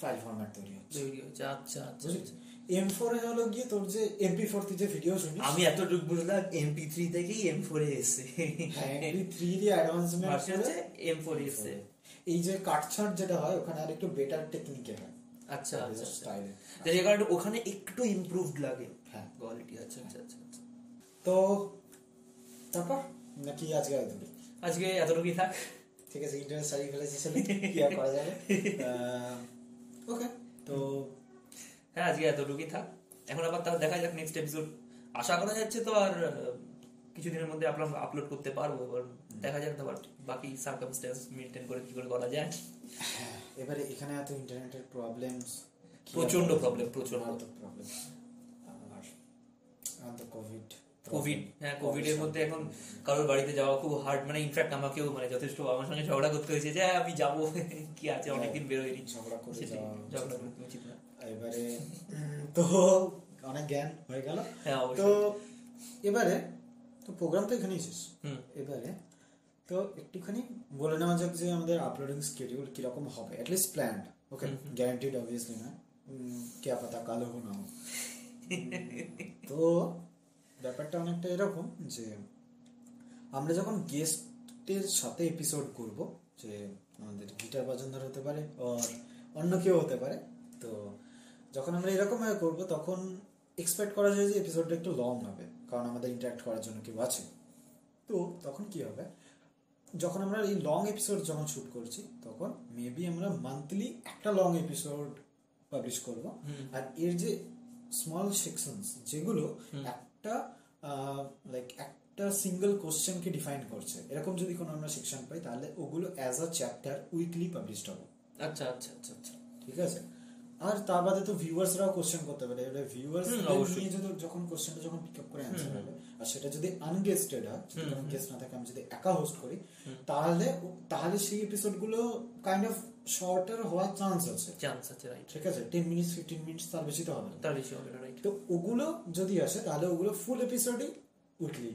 Speaker 1: file format তৈরি হচ্ছে
Speaker 2: তৈরি হয়েছে আচ্ছা আচ্ছা আচ্ছা।
Speaker 1: এম ফোর এ হলো গিয়ে তোর যে এমপি ফোর তুই যে ভিডিও শুনিস
Speaker 2: আমি এতটুকু বুঝলাম এমপি থ্রি থেকেই এম ফোরে এসে
Speaker 1: হ্যাঁ এমপি থ্রি এর অ্যাডভান্সমেন্ট
Speaker 2: ভার্সন হচ্ছে এম ফোরে এসে
Speaker 1: এই যে কাটছাট যেটা হয় ওখানে আর একটু বেটার টেকনিকে হয়
Speaker 2: আচ্ছা আচ্ছা আচ্ছা।
Speaker 1: স্টাইলে
Speaker 2: তো যে কারণে ওখানে একটু ইমপ্রুভড লাগে
Speaker 1: হ্যাঁ।
Speaker 2: কোয়ালিটি আচ্ছা আচ্ছা আচ্ছা আচ্ছা।
Speaker 1: তো তারপর নাকি আজকে আর ধরি
Speaker 2: আজকে এতটুকুই থাক
Speaker 1: ঠিক আছে ইন্টারনেট সারিয়ে ফেলেছি চলে কি আর করা যাবে ওকে তো
Speaker 2: হ্যাঁ আজকে এতটুকুই থাক এখন আবার তাহলে দেখা যাক নেক্সট এপিসোড আশা করা যাচ্ছে তো আর আহ, কিছুদিনের মধ্যে আপনার আপলোড করতে পারবো এবার দেখা যাক তো আবার বাকি সার্কামস্টেন্স মেনটেন করে কি করে করা যায়
Speaker 3: এবারে এখানে এত ইন্টারনেটের প্রবলেমস
Speaker 2: প্রচন্ড প্রবলেম প্রচন্ড
Speaker 3: প্রবলেম আর আর তো কোভিড
Speaker 2: কোভিড হ্যাঁ কোভিড এর মধ্যে এখন কারোর বাড়িতে যাওয়া খুব হার্ড মানে ইনফ্যাক্ট আমাকেও মানে যথেষ্ট আমার সঙ্গে ঝগড়া করতে হয়েছে যে হ্যাঁ, আমি যাবো কি আছে অনেকদিন বেরোয়নি
Speaker 3: ঝগড়া করে
Speaker 2: সেটাই,
Speaker 3: যাওয়া উচিত
Speaker 2: ঝগড়া
Speaker 3: না।
Speaker 2: করতে উচিত না
Speaker 3: এবারে
Speaker 1: তো অনেক জ্ঞান হয়ে গেল
Speaker 2: হ্যাঁ
Speaker 1: তো
Speaker 2: অবশ্যই
Speaker 1: এবারে তো প্রোগ্রাম তো এখানেই শেষ
Speaker 2: হুম
Speaker 1: এবারে তো একটুখানি বলে নেওয়া যাক যে আমাদের আপলোডিং স্কেডিউল কিরকম হবে at least planned okay guaranteed obviously না উম, কেয়া পাতা কালো হো না হো। উম, তো ব্যাপারটা অনেকটা এরকম যে আমরা যখন গেস্টের সাথে এপিসোড করব যে আমাদের গিটার বাজনদার হতে পারে or অন্য কেউ হতে পারে তো যখন আমরা এরকমভাবে করব তখন এক্সপেক্ট করা যায় যে এপিসোডটা একটু লং হবে কারণ আমাদের ইন্টারাক্ট করার জন্য কেউ আছে তো তখন কি হবে যখন আমরা এই লং এপিসোড যখন শুট করছি তখন মেবি আমরা মান্থলি একটা লং এপিসোড পাবলিশ করব আর এর যে স্মল সেকশনস যেগুলো একটা লাইক একটা সিঙ্গেল কোশ্চেনকে ডিফাইন করছে এরকম যদি কোনো আমরা সেকশন পাই তাহলে ওগুলো as a chapter weekly published হবে
Speaker 2: আচ্ছা আচ্ছা আচ্ছা আচ্ছা
Speaker 1: ঠিক আছে আর তার বাদে তো ভিউয়ার্সরাও কোশ্চেন করতে পারে এবারে ভিউয়ার্স
Speaker 2: হুম, অবশ্যই।
Speaker 1: নিয়ে যদি যখন কোশ্চেনটা যখন পিক আপ করে অ্যান্সার হবে আর সেটা যদি আনগেস্টেড হয় যদি কোনো গেস্ট না থাকে আমি যদি একা হোস্ট করি তাহলে ও- তাহলে সেই এপিসোডগুলো কাইন্ড অফ শর্টার হওয়ার চান্স আছে
Speaker 2: চান্স আছে রাইট
Speaker 1: ঠিক আছে টেন মিনিটস ফিফটিন মিনিটস তার বেশি তো হবে না
Speaker 2: তার বেশি হবে না রাইট
Speaker 1: তো ওগুলো যদি আসে তাহলে ওগুলো ফুল এপিসোডই উইকলি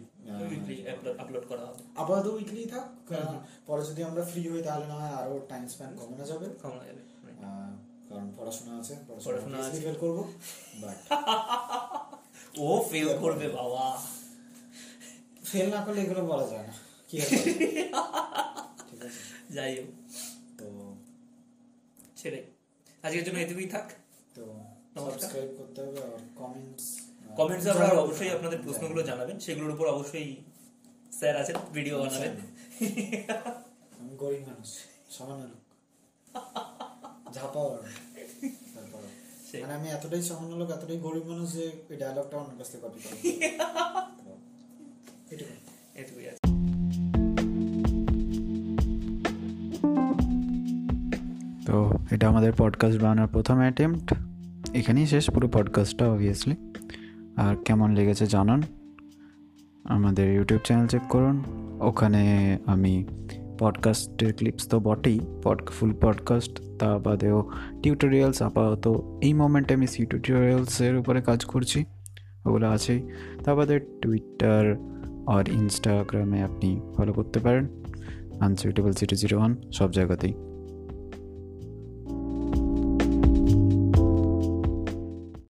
Speaker 2: উইকলি আপলোড করা হবে
Speaker 1: আপাতত উইকলি থাক কারণ পরে যদি আমরা ফ্রি হই তাহলে না হয় আরো টাইম স্পেন্ড কমানো যাবে
Speaker 2: কমানো যাবে right.
Speaker 1: আহ, কারণ পড়াশোনা আছে
Speaker 2: পড়াশোনা
Speaker 1: পড়াশোনা
Speaker 2: আছে।
Speaker 1: ফেল করবো বাট
Speaker 2: ও ফেল করবে বাবা
Speaker 1: ফেল না করলে এগুলো বলা যায় না কি আর করা যায়? ঠিক আছে
Speaker 2: যাই হোক
Speaker 1: তো
Speaker 2: সেটাই আজকের জন্য এটুকুই থাক
Speaker 1: তো
Speaker 2: নমস্কার।
Speaker 1: সাবস্ক্রাইব করতে হবে আর কমেন্টস
Speaker 2: কমেন্টস আপনারা অবশ্যই আপনাদের প্রশ্নগুলো
Speaker 1: হ্যাঁ,
Speaker 2: জানাবেন সেগুলোর উপর অবশ্যই স্যার আছেন ভিডিও বানাবেন
Speaker 1: আমি গরিব মানুষ সামান্য লোক ঝাপাওয়ার তারপর
Speaker 2: সেই।
Speaker 1: মানে আমি এতটাই সামান্য লোক এতটাই গরিব মানুষ যে এই ডায়লগটা অন্য কাছ থেকে কপি করি তো, এটুকুই
Speaker 2: এটুকুই আছে
Speaker 1: তো এটা আমাদের পডকাস্ট বানানোর প্রথম অ্যাটেম্পট এখানেই শেষ পুরো পডকাস্টটা অবভিয়াসলি আর কেমন লেগেছে জানান আমাদের ইউটিউব চ্যানেল চেক করুন ওখানে আমি পডকাস্টের ক্লিপস তো বটেই পড ফুল পডকাস্ট তা বাদেও টিউটোরিয়ালস আপাতত এই মোমেন্টে আমি সি টিউটোরিয়ালসের উপরে কাজ করছি ওগুলো আছেই তা বাদে টুইটার আর ইনস্টাগ্রামে আপনি ফলো করতে পারেন আনসুইটেবল জিরো জিরো ওয়ান সব জায়গাতেই